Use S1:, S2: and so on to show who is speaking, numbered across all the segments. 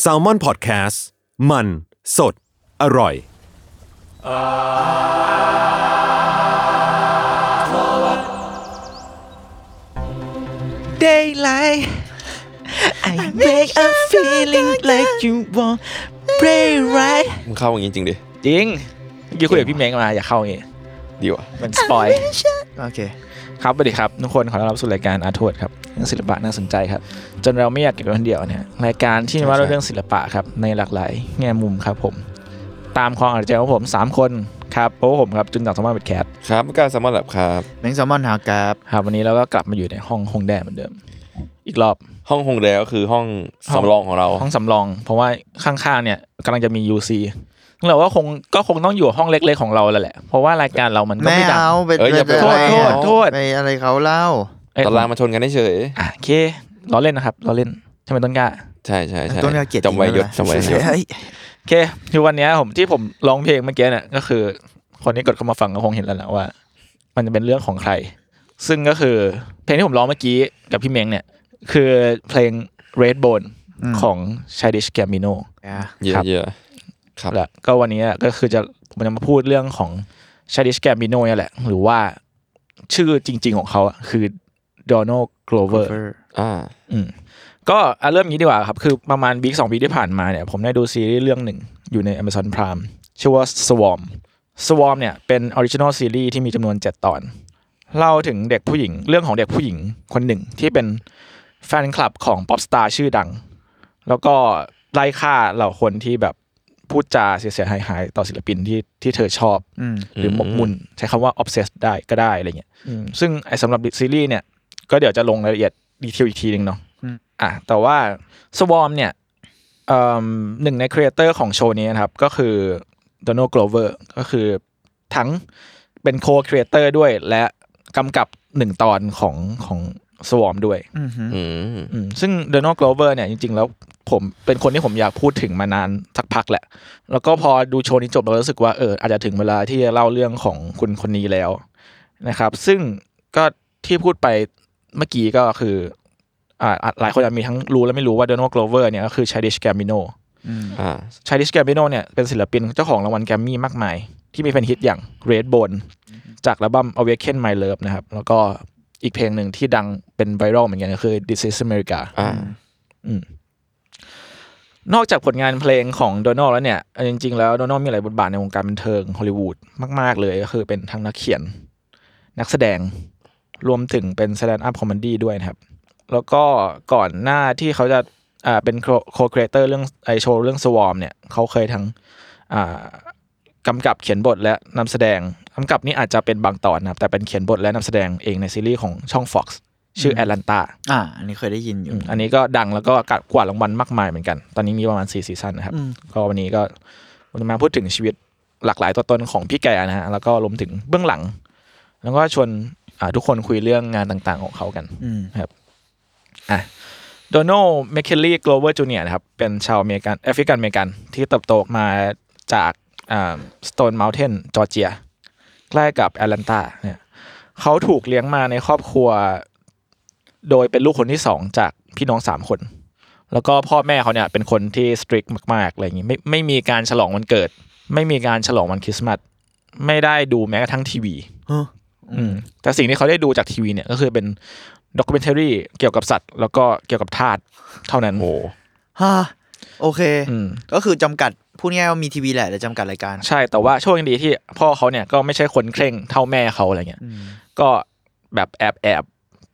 S1: แซลมอนพอดแคสต์มันสดอร่อย
S2: daylight. I make a feeling like you want play right.
S3: มึงเข้าอย่างนี้จริงดิ
S4: จริงเมื่อกี้คุยกับพี่เม้งมาอยากเข้าอย่างงี้
S3: ดีว่ะ
S4: มันสปอย
S2: โอเค
S4: ครับสวัสดีครับ ทุกคนขอต้อนรับสู่รายการอาร์ทวดครับเรื่องศิลปะน่าสนใจครับ จนเราไม่อยากเก็บไว้คนเดียวเนี่ยรายการที่ว่าด้วยเรื่องศิลปะครับ ในหลากหลายแง่มุมครับผม ตามความอ่านใจของผม 3 คนครับโอ้ผมครับจุนจากสมาร์ทเบดแคท
S3: ครับกล้าสามารถหลับครับ
S2: แมงแซลมอนหากับ
S4: ครับวันนี้เราก็กลับมาอยู่ในห้องฮงแดเหมือนเดิม อีกรอบ
S3: ห้องหงแดก็คือห้อง
S4: ห้อง
S3: สำรองของเรา
S4: ห้องสำรอง เพราะว่าข้างๆเนี่ยกำลังจะมี UC ซึ่งเราก็คงก็คงต้องอยู่ห้องเล็ก ๆ ของเราแล้วแหละ เพราะว่ารายการเรามันก็
S2: ไม่
S4: ไม่ดัง
S2: เอาไป
S3: เอ้ยอย่าไป
S2: ปอะไร
S4: โทษ
S2: เขา
S4: โทษ
S2: ไปอะไรเขาเล่า
S4: เอ้ย
S3: ตารางมาชนกันเฉย
S4: อ่ะโอเคล้อเล่นนะครับล้อเล่นใช่ไหมต้นกล้า
S3: ใช่ใช่ใช่
S2: ต้นกาเกียรติ
S3: จำไว้
S2: จ
S3: ยศ
S2: ริ
S3: จำ
S2: งๆ
S3: ไว้ยศ
S2: เฮ้ย
S4: โอเคคือวันเนี้ยผมที่ผมร้องเพลงเมื่อกี้เนี่ยก็คือคนที่กดเข้ามาฟังก็คงเห็นแล้วนะว่า มันจะเป็นเรื่องของใคร ซึ่งก็คือเพลงที่ผมร้องเมื่อกี้กับพี่เม้งเนี่ย คือเพลง Red Bone ของ Childish Gambino
S3: เย
S4: ครั
S3: อะ
S4: บ
S3: เยอะครับ
S4: แล้วก็วันนี้ก็คือจะผมจะมาพูดเรื่องของ Childish Gambino เนี่ยแหละ หรือว่าชื่อจริง ๆ ของเขาอะคือ Donald Glover
S3: อ่า
S4: อืมก็อ่ะเริ่มงี้ดีกว่าครับ คือประมาณบีกสองปีที่ผ่านมาเนี่ย ผมได้ดูซีรีส์เรื่องหนึ่งอยู่ใน Amazon Prime ชื่อว่า Swarm Swarm เนี่ยเป็นออริจินอลซีรีส์ที่มีจำนวน 7 ตอน เล่าถึงเด็กผู้หญิงเรื่องของเด็กผู้หญิงคนหนึ่ง ที่เป็นแฟนคลับของป๊อปสตาร์ชื่อดัง แล้วก็ไล่ฆ่าเหล่าคนที่แบบพูดจาเสียหายหายๆต่อศิลปินที่ที่เธอชอบ
S2: อืม
S4: หรือหมกมุ่นใช้คำว่า obsess ได้ก็ได้อะไรเงี้ยอืมซึ่งไอ้สำหรับซีรีส์เนี่ย ก็เดี๋ยวจะลงรายละเอียดดีเทลอีกทีหนึ่งเนาะ
S2: อืม
S4: อ่ะแต่ว่า Swarm เนี่ยเอิ่มหนึ่งในครีเอเตอร์ของโชว์นี้นะครับ ก็คือ Donald Glover ก็คือทั้งเป็น co-creator ด้วยและกำกับหนึ่งตอนของของ Swarm ด้วย
S2: อืมหืม
S3: อืม
S4: อืมซึ่ง Donald Glover เนี่ยจริง ๆ แล้วผมเป็นคนที่ผมอยากพูดถึงมานานสักพักแหละ แล้วก็พอดูโชว์นี้จบเรารู้สึกว่าเอออาจจะถึงเวลาที่จะเล่าเรื่องของคุณคนนี้แล้วนะครับ ซึ่งก็ที่พูดไปเมื่อกี้ก็คืออ่าอ่ะหลายคนอาจมีทั้งรู้และไม่รู้ว่า Donald Glover เนี่ยก็คือ Childish Gambino
S2: อืม
S3: อ่า
S4: Childish Gambino เนี่ยเป็นศิลปินเจ้าของรางวัลแกรมมี่มากมาย ที่มีเพลงฮิตอย่าง Red Bone จากอัลบั้ม Awaken My Love นะครับ แล้วก็อีกเพลงหนึ่งที่ดังเป็นไวรัลเหมือนกันก็คือ This Is America
S3: อ่า
S4: อืมนอกจากผลงานเพลงของโดนัลด์แล้วเนี่ยเอาจริง ๆ แล้วโดนัลด์มีหลายบทบาทในวงการบันเทิงฮอลลีวูดมาก ๆ เลยก็คือเป็นทั้งนักเขียน นักแสดงรวมถึงเป็นแสดงอัพคอมเมดี้ด้วยนะครับ แล้วก็ก่อนหน้าที่เขาจะอ่าเป็นโค c ร e a t เตอร์เรื่องไอโชว์เรื่องสวอมเนี่ยเขาเคยทั้งอ่ากำกับเขียนบทและนำแสดงกำกับนี่อาจจะเป็นบางตอนนะครับแต่เป็นเขียนบทและนำแสดงเองในซีรีส์ของช่อง Fox ชื่อแอตแลนตา
S2: อ่า อันนี้เคยได้ยินอยู่
S4: อันนี้ก็ดังแล้วก็กวาดรางวัลมากมายเหมือนกัน ตอนนี้มีประมาณ4ซีซั่นนะครับ ก็วันนี้ก็ผมจะมาพูดถึงชีวิตหลากหลายตัวตนของพี่แกนะฮะ แล้วก็รวมถึงเบื้องหลัง แล้วก็ชวนอ่าทุกคนคุยเรื่องงานต่างๆของเขากัน
S2: อืม
S4: นะครับอ่ะโดนัลเมคเคลลี่โกลเวอร์จูเนียนะครับ เป็นชาวอเมริกันแอฟริกันอเมริกัน ที่เติบโตมาจากอ่าสโตนเมลเทนจอร์เจีย ใกล้กับแอตแลนตาเนี่ยเขาถูกเลี้ยงมาในครอบครัว โดยเป็นลูกคนที่สองจากพี่น้องสามคน แล้วก็พ่อแม่เขาเนี่ยเป็นคนที่สตริกมากๆอะไรอย่างงี้ไม่ไม่มีการฉลองวันเกิด ไม่มีการฉลองวันคริสต์มาสไม่ได้ดูแม้กระทั่งทีวี
S2: ฮะ
S4: อืมแต่สิ่งที่เขาได้ดูจากทีวีเนี่ยก็คือเป็น ด็อกเมนทรีเกี่ยวกับสัตว์ แล้วก็เกี่ยวกับธาตุเท่านั้น
S3: โอ้
S2: ฮะโอเค
S4: อืม
S2: ก็คือจำกัดพูดง่ายๆว่ามีทีวีแหละแต่จำกัดรายการ
S4: ใช่แต่ว่าโชคยังดีที่พ่อเขาเนี่ยก็ไม่ใช่คนเคร่งเท่าแม่เขาอะไรเงี้ย ก็แบบแอบแอบ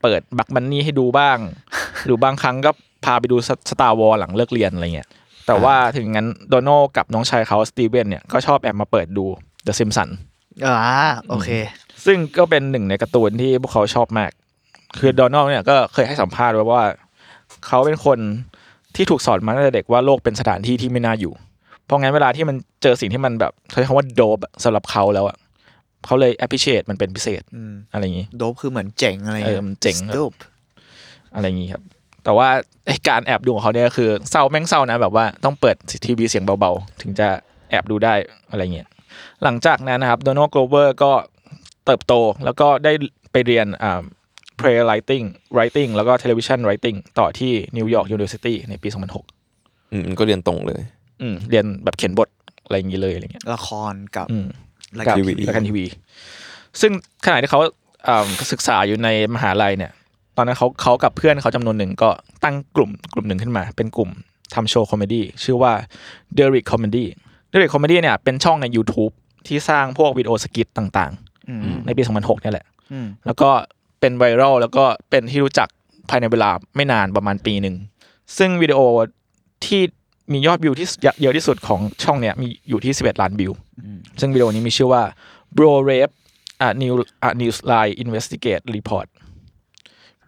S4: เปิดบักมันนี่ให้ดูบ้าง หรือบางครั้งก็พาไปดูสตาร์วอลหลังเลิกเรียนอะไรเงี้ยแต่ว่าถึงงั้นโดนัลด์กับน้องชายเขาสตีเวนเนี่ยก็ชอบแอบมาเปิดดูเดอะซิมสัน
S2: อ่าโอเค
S4: ซึ่งก็เป็นหนึ่งในการ์ตูนที่พวกเขาชอบมาก คือโดนัลด์เนี่ยก็เคยให้สัมภาษณ์ไว้ว่า เขาเป็นคนที่ถูกสอนมาตั้งแต่เด็กว่าโลกเป็นสถานที่ที่ไม่น่าอยู่ เพราะงั้นเวลาที่มันเจอสิ่งที่มันแบบใช้คำว่าโดบสำหรับเขาแล้วอะเขาเลย appreciate มันเป็นพิเศษ
S2: อืม
S4: อะไรอย่างนี้
S2: โดบคือเหมือนเจ๋งอะไร
S4: เออมันเจ๋ง
S2: โดบ
S4: อะไรอย่างนี้ครับ แต่ว่าไอการแอบดูของเขาเนี่ยคือเศร้าแม่งเศร้านะแบบว่าต้องเปิดทีวีเสียงเบาๆ ถึงจะแอบดูได้อะไรเงี้ย หลังจากนั้นนะครับโดนัลด์โกลเวอร์ก็เติบโตแล้วก็ได้ไปเรียนอ่า play writing writing แล้วก็ television writing ต่อที่นิวยอร์ก University ในปี 2006
S3: อืมมันก็เรียนตรงเลย
S4: อืมเรียนแบบเขียนบทอะไรอย่างนี้เลยอะไรเงี้ย
S2: ละครกับ
S4: อืม
S2: ราย
S4: กั
S2: การ
S4: บ
S3: ทีวี
S4: รายการทีวี ซึ่งขณะที่เขาอ่าศึกษาอยู่ในมหาลัยเนี่ย ตอนนั้นเขาเขากับเพื่อนเขาจำนวนหนึ่งก็ตั้งกลุ่มกลุ่มหนึ่งขึ้นมา เป็นกลุ่มทำโชว์คอมเมดี้ชื่อว่า d e r i c Comedy d e r i c Comedy เนี่ยเป็นช่องใน YouTube ที่สร้างพวกวิดีโอสกิทต่าง
S2: อืม
S4: ๆ ในปี 2006เนี่ยแหละ
S2: อืม
S4: แล้วก็เป็นไวรัลแล้วก็เป็นที่รู้จักภายในเวลาไม่นานประมาณปีหนึ่ง ซึ่งวิดีโอที่มียอดวิวที่เยอะที่สุดของช่องเนี่ยมีอยู่ที่ 11 ล้านวิว ซึ่งวิดีโอนี้มีชื่อว่า bro rape a new a newsline investigate report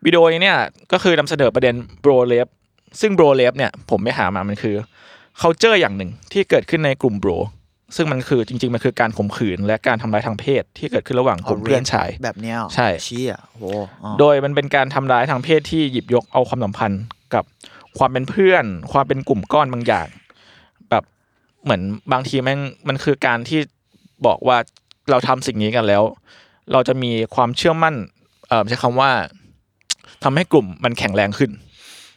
S4: วิดีโอนี้เนี่ยก็คือนำเสนอประเด็น bro rape ซึ่ง bro rape เนี่ยผมไม่หามามันคือ culture อย่างหนึ่งที่เกิดขึ้นในกลุ่ม bro ซึ่งมันคือจริง ๆ มันคือการข่มขืนและการทำร้ายทางเพศที่เกิดขึ้นระหว่างกลุ่มเพื่อนชาย
S2: แบบเนี้ยเหรอ
S4: ใช่
S2: ชี้อ่ะโหอ๋อ
S4: โดยมันเป็นการทำร้ายทางเพศที่หยิบยกเอาความสัมพันธ์กับความเป็นเพื่อน ความเป็นกลุ่มก้อนบางอย่าง แบบเหมือนบางทีแม่งมันคือการที่บอกว่าเราทำสิ่งนี้กันแล้ว เราจะมีความเชื่อมั่นเออใช้คำว่าทำให้กลุ่มมันแข็งแรงขึ้น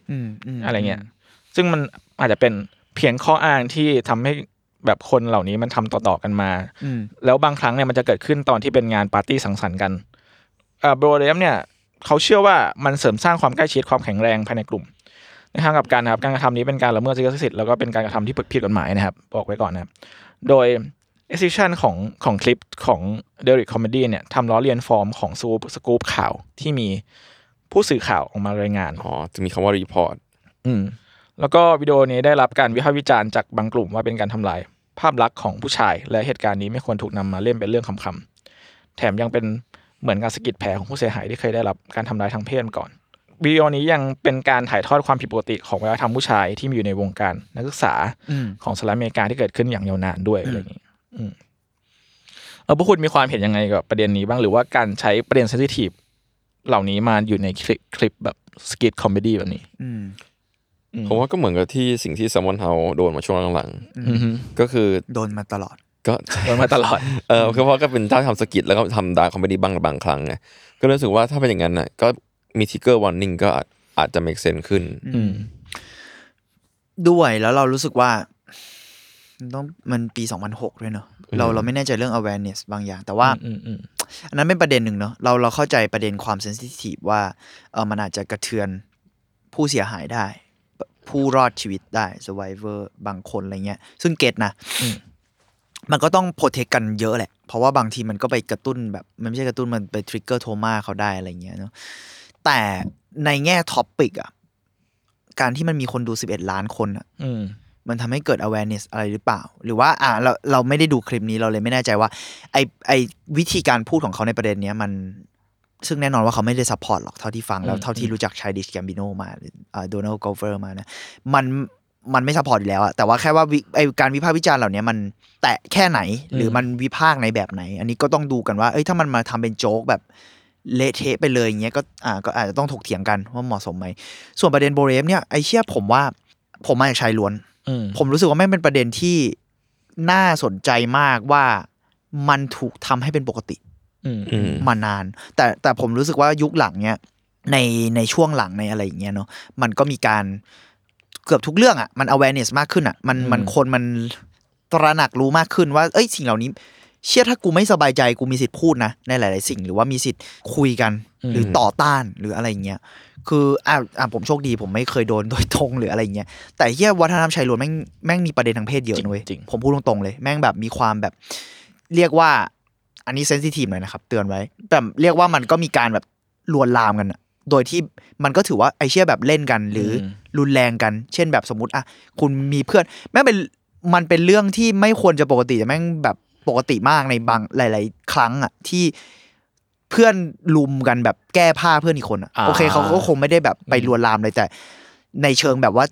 S2: อืมม
S4: อะไรเงี้ย ซึ่งมันอาจจะเป็นเพียงข้ออ้างที่ทำให้แบบคนเหล่านี้มันทำต่อๆกันมา
S2: อืม
S4: แล้วบางครั้งเนี่ยมันจะเกิดขึ้นตอนที่เป็นงานปาร์ตี้สังสรรค์กันโบรเลมเนี่ยเขาเชื่อว่ามันเสริมสร้างความใกล้ชิดความแข็งแรงภายในกลุ่ม ในทางกลับการนะครับการกระทำนี้เป็นการละเมิดสิทธิสิทธิ์แล้วก็เป็นการกระทำที่ผิดกฎหมายนะครับ บอกไว้ก่อนนะครับ โดย exhibition ของของคลิปของเดริ c คอมเมดี้เนี่ยทำล้อเลียนฟอร์มของซูสกูปข่าวที่มีผู้สื่อข่าวออกมารายงาน
S3: อ๋อ จะมีคำว่ารีพอร์ต
S4: อืมแล้วก็วิดีโอนี้ได้รับการวิพากษ์วิจารณ์จากบางกลุ่มว่าเป็นการทำลายภาพลักษณ์ของผู้ชาย และเหตุการณ์นี้ไม่ควรถูกนำมาเล่นเป็นเรื่องคำๆแถมยังเป็นเหมือนการสะกิดแผลของผู้เสียหายที่เคยได้รับการทำลายทางเพศมาก่อนวิดีโอนี้ยังเป็นการถ่ายทอดความผิดปกติของวัฒนธรรมผู้ชายที่มีอยู่ในวงการนักศึกษา
S2: อืม
S4: ของสหรัฐอเมริกาที่เกิดขึ้นอย่างยาวนานด้วยอะไรอย่างนี้อืมเออพวกคุณมีความเห็นยังไงกับประเด็นนี้บ้างหรือว่าการใช้ประเด็นเซนซิทีฟเหล่านี้มาอยู่ในคลิปคลิปแบบสกิทคอมเมดี้แบบนี้
S2: อืม
S4: อืม
S3: ผมว่าก็เหมือนกับที่สิ่งที่ซัมมอนเฮาโดนมาช่วงหลัง
S4: อือฮึ
S3: ๆ ก็คือ
S2: โดนมาตลอด
S3: ก็
S4: โดนมาตลอด
S3: เออคือเพราะก็เป็นถ้าทำสกิทแล้วก็ทำดาร์คคอมเมดี้บ้างบางครั้งไงก็รู้สึกว่าถ้าเป็นอย่างนั้นน่ะก็มีทิกเกอร์วอร์นิ่งก็อาจอาจจะ make sense ขึ้น
S4: อืม
S2: ด้วยแล้วเรารู้สึกว่า มันต้องมันปี 2006 ด้วยเนอะเราเราไม่แน่ใจเรื่อง awareness บางอย่าง แต่ว่า
S4: อืมอืม
S2: อันนั้นเป็นประเด็นหนึ่งเนอะเราเราเข้าใจประเด็นความเซนซิทีฟว่าเออมันอาจจะกระเทือนผู้เสียหายได้ ผู้รอดชีวิตได้ survivor บางคนอะไรเงี้ย ซึ่งเก็ตนะ มันก็ต้องโปรเทคกันเยอะแหละ เพราะว่าบางทีมันก็ไปกระตุ้นแบบ มันไม่ใช่กระตุ้นมันไปทริกเกอร์โทมาเขาได้อะไรเงี้ยเนอะแต่ในแง่ท็อปปิกอะการที่มันมีคนดู 11 ล้านคนอะ
S4: อืม
S2: มันทำให้เกิด awareness อะไรหรือเปล่า หรือว่าอ่าเราเราไม่ได้ดูคลิปนี้เราเลยไม่แน่ใจว่าไอไอวิธีการพูดของเขาในประเด็นเนี้ยมัน ซึ่งแน่นอนว่าเขาไม่ได้ support หรอกเท่าที่ฟัง แล้ว
S4: อืม
S2: เท่าที่รู้จักชายดิชแกมบิโนมาหรือโดนัลด์กอลเวอร์มานะมันมันไม่ support อยู่แล้วอะแต่ว่าแค่ว่าวิไอการวิพากษ์วิจารณ์เหล่าเนี้ยมันแตะแค่ไหน หรือมันวิพากษ์ในแบบไหน อันนี้ก็ต้องดูกันว่าเอ้ยถ้ามันมาทำเป็นโจ๊กแบบเละเทะไปเลยอย่างเงี้ยก็อ่าก็อาจจะต้องถกเถียงกันว่าเหมาะสมไหมส่วนประเด็นโบเรฟเนี่ยไอเชี่ยผมว่าผมมาจากชายล้วน
S4: อืม
S2: ผมรู้สึกว่าไม่งเป็นประเด็นที่น่าสนใจมากว่ามันถูกทำให้เป็นปกติ
S4: อืม
S3: อืม
S2: มานาน แต่แต่ผมรู้สึกว่ายุคหลังเนี้ยในในช่วงหลังในอะไรอย่างเงี้ยเนาะมันก็มีการเกือบทุกเรื่องอะ่ะมัน awareness มากขึ้นอะ่ะมัน
S4: อืม
S2: มันคนมันตระหนักรู้มากขึ้นว่า เอ้ยสิ่งเหล่านี้ เชื่อถ้ากูไม่สบายใจกูมีสิทธิ์พูดนะ ในหลาย ๆ สิ่งหรือว่ามีสิทธิ์คุยกัน หรือต่อต้านหรืออะไรอย่างเงี้ยคืออ่ะอ่ะผมโชคดีผมไม่เคยโดนโดยตรงหรืออะไรอย่างเงี้ยแต่เฮียวัฒนธรรมชายล้วนแม่งแม่งมีประเด็นทางเพศเยอะ
S4: จริง
S2: นะเว้ย
S4: จริง
S2: ผมพูดตรง ๆ เลย แม่งแบบมีความแบบ เรียกว่าอันนี้เซนซิทีฟหน่อยนะครับ เตือนไว้ แต่เรียกว่ามันก็มีการแบบลวนลามกันอะโดยที่มันก็ถือว่าไอเชี่ยแบบเล่นกันหรืออ
S4: ม
S2: รุนแรงกัน เช่นแบบสมมติอะคุณมีเพื่อน แม่งเป็นมันเป็นเรื่องที่ไม่ควรจะปกติแต่แม่งแบบปกติมากในบางหลาย ๆ ครั้งอะที่เพื่อนลุมกันแบบแก้ผ้าเพื่อนอีกคนอะ
S4: อ่า
S2: โอเคเขาก็คงไม่ได้แบบไปลวนลามเลยแต่ ในเชิงแบบว่า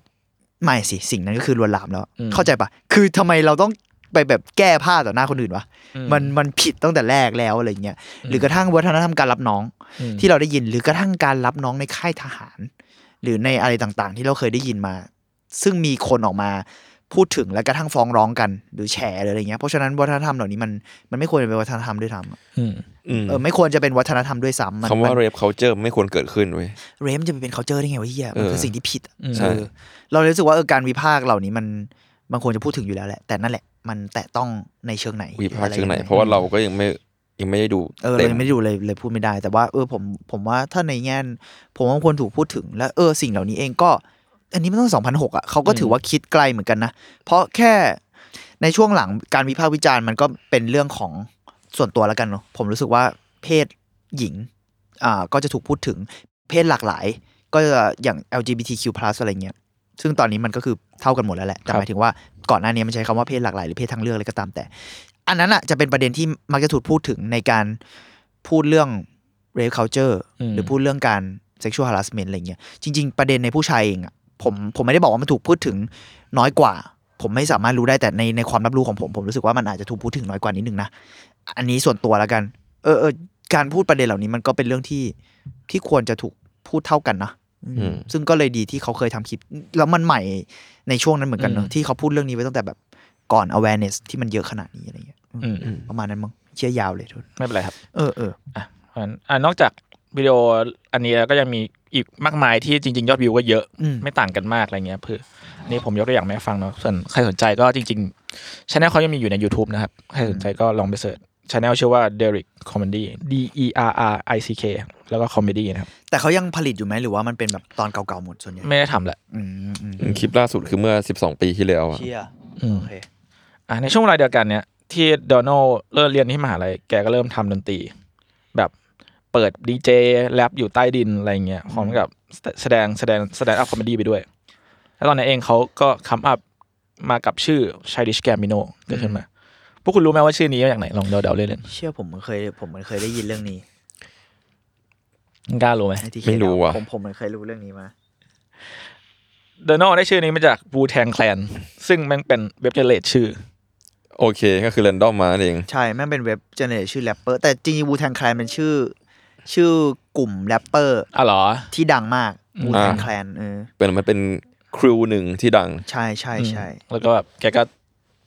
S2: ไม่สิสิ่งนั้นก็คือลวนลามแล้ว
S4: อืม
S2: เข้าใจปะคือทำไมเราต้องไปแบบแก้ผ้าต่อหน้าคนอื่นวะ มันมันผิดตั้งแต่แรกแล้วอะไรเงี้ยหรือกระทั่งวัฒนธรรมการรับน้อง
S4: อืม
S2: ที่เราได้ยินหรือกระทั่งการรับน้องในค่ายทหาร หรือในอะไรต่างๆ ที่เราเคยได้ยินมา ซึ่งมีคนออกมาพูดถึงและกระทั่งฟ้องร้องกัน หรือแฉหรืออะไรเงี้ยเพราะฉะนั้นวัฒนธรรมเหล่านี้มันมันไม่ควรเป็นวัฒนธรรมด้วยซ้ำ
S4: อืม
S3: อืม
S2: เออไม่ควรจะเป็นวัฒนธรรมด้วยซ้ำมัน
S3: คำว่า
S2: มัน
S3: เร p เคาเจอร์ไม่ควรเกิดขึ้นเว้ย
S2: เรมจะไปเป็น culture ได้ไงวะเฮียมันคือ
S3: เออ
S2: สิ่งที่ผิดอะ
S4: อืม
S3: ใช่
S2: เออเราเลยรู้สึกว่าเออการวิพากษ์เหล่านี้มันมันควรจะพูดถึงอยู่แล้วแหละ แต่นั่นแหละ มันแตะต้องในเชิงไหน
S3: วิพากษ์เชิงไหน
S2: อยั
S3: เพราะว่าเราก็ยังไม่ยังไม่ได้ดู
S2: เออเรา
S3: เต็ม
S2: ยังไม่ได้ดูเลยเลยพูดไม่ได้ แต่ว่าเออผมผมว่าถ้าในแง่นผมว่ามันควรถูกพูดถึง และเออสิ่งเหล่านี้เองก็ อันนี้มันต้องสองพันหกอ่ะเขาก็ถือว่าคิดไกลเหมือนกันนะ เพราะแค่ในช่วงหลังการวิพากษ์วิจารณ์มันก็เป็นเรื่องของส่วนตัวแล้วกันเนาะผมรู้สึกว่าเพศหญิงอ่าก็จะถูกพูดถึงเพศหลากหลาย ก็จะอย่าง LGBTQ+ อะไรเงี้ยซึ่งตอนนี้มันก็คือเท่ากันหมดแล้วแหละแต่
S4: ครับ
S2: หมายถึงว่าก่อนหน้านี้มันใช้คำว่าเพศหลากหลายหรือเพศทางเลือกอะไรก็ตามแต่ อันนั้นอ่ะจะเป็นประเด็นที่มักจะถูกพูดถึงในการพูดเรื่อง rape culture
S4: อืม
S2: หรือพูดเรื่องการ sexual harassment อะไรเงี้ยจริง ๆ ประเด็นในผู้ชายเองอ่ะผมผมไม่ได้บอกว่ามันถูกพูดถึงน้อยกว่า ผมไม่สามารถรู้ได้แต่ในในความรับรู้ของผม ผมรู้สึกว่ามันอาจจะถูกพูดถึงน้อยกว่านิดนึงนะ อันนี้ส่วนตัวแล้วกัน เออเออการพูดประเด็นเหล่านี้มันก็เป็นเรื่องที่ที่ควรจะถูกพูดเท่ากันนะอืม
S3: อืม
S2: ซึ่งก็เลยดีที่เขาเคยทำคลิป แล้วมันใหม่ในช่วงนั้นเหมือนกันเนอะ
S4: อืม
S2: ที่เขาพูดเรื่องนี้ไว้ตั้งแต่แบบก่อน awareness ที่มันเยอะขนาดนี้อะไรเงี้ยอืม
S4: อืม
S2: ประมาณนั้นมั้งเชื่อยาวเลยทุน
S4: ไม่เป็นไรครับ
S2: เออเออ
S4: อ่ะเพราะฉะนั้นอ่ะนอกจากวิดีโออันนี้แล้วก็ยังมีอีกมากมายที่จริง ๆ ยอดวิวก็เยอะ
S2: อืม
S4: ไม่ต่างกันมากอะไรเงี้ยเพื่ออันนี่ผมยกตัวอย่างมาให้ฟังเนาะส่วนใครสนใจก็จริงๆช anel เขายังมีอยู่ใน YouTube นะครับ ใครสนใจก็ลองไปเสิร์ชช anel ชื่อว่า Derek Comedy D E R R I C K แล้วก็ Comedy นะครับ
S2: แต่เขายังผลิตอยู่ไหมหรือว่ามันเป็นแบบตอนเก่าๆหมดส่วนใหญ่
S4: ไม่ได้ทำแหละ
S2: อืมอืม
S3: อืมคลิปล่าสุดคือเมื่อ 12 ปีที่แล้วอะ
S2: เชี่ย
S4: อืม
S2: โอเค
S4: อ่ะในช่วงเวลาเดียวกันเนี่ยที่โดนัลเริ่มเรียนที่มหาลัยแกก็เริ่มทำดนตรี แบบเปิดดีเจแรปอยู่ใต้ดินอะไรเงี้ยพร้อมกับแสดงแสดงแสดงอัพคอมเมดี้ไปด้วย แล้วตอนนั้นเองเขาก็คัมอัพมากับชื่อชายดิชแกมิโนเกิดขึ้นมา พวกคุณรู้ไหมว่าชื่อนี้มาจากไหน ลองเดาๆเล่น
S2: เชื่อผมมันเคยผมมันเคยได้ยินเรื่องนี้
S4: ๆกล้ารู้ไหม
S2: ในที่เค
S3: ไม่รู้ว่ะ
S2: ผมผมมันเคยรู้เรื่องนี้มา
S4: โดนัลได้ชื่อนี้มาจากบูแทงแคลนซึ่งแมันเป็นเว็บเจเลตชื่อ
S3: โอเคก็คือเรนดอมมานั่นเอง
S2: ใช่แม่งเป็นเว็บเจเนเรตชื่อแรปเปอร์แต่จริงๆบูแทงแคลนเป็นชื่อ ชื่อกลุ่มแรปเปอร์
S4: อ๋อเหรอ
S2: ที่ดังมาก
S4: อืม
S2: บูแทง
S3: อ่า
S2: แคลนเออ
S3: เป็นมันเป็นครูหนึ่งที่ดัง
S2: ใช่ใช่ใช่
S4: แล้วก็แบบแกก็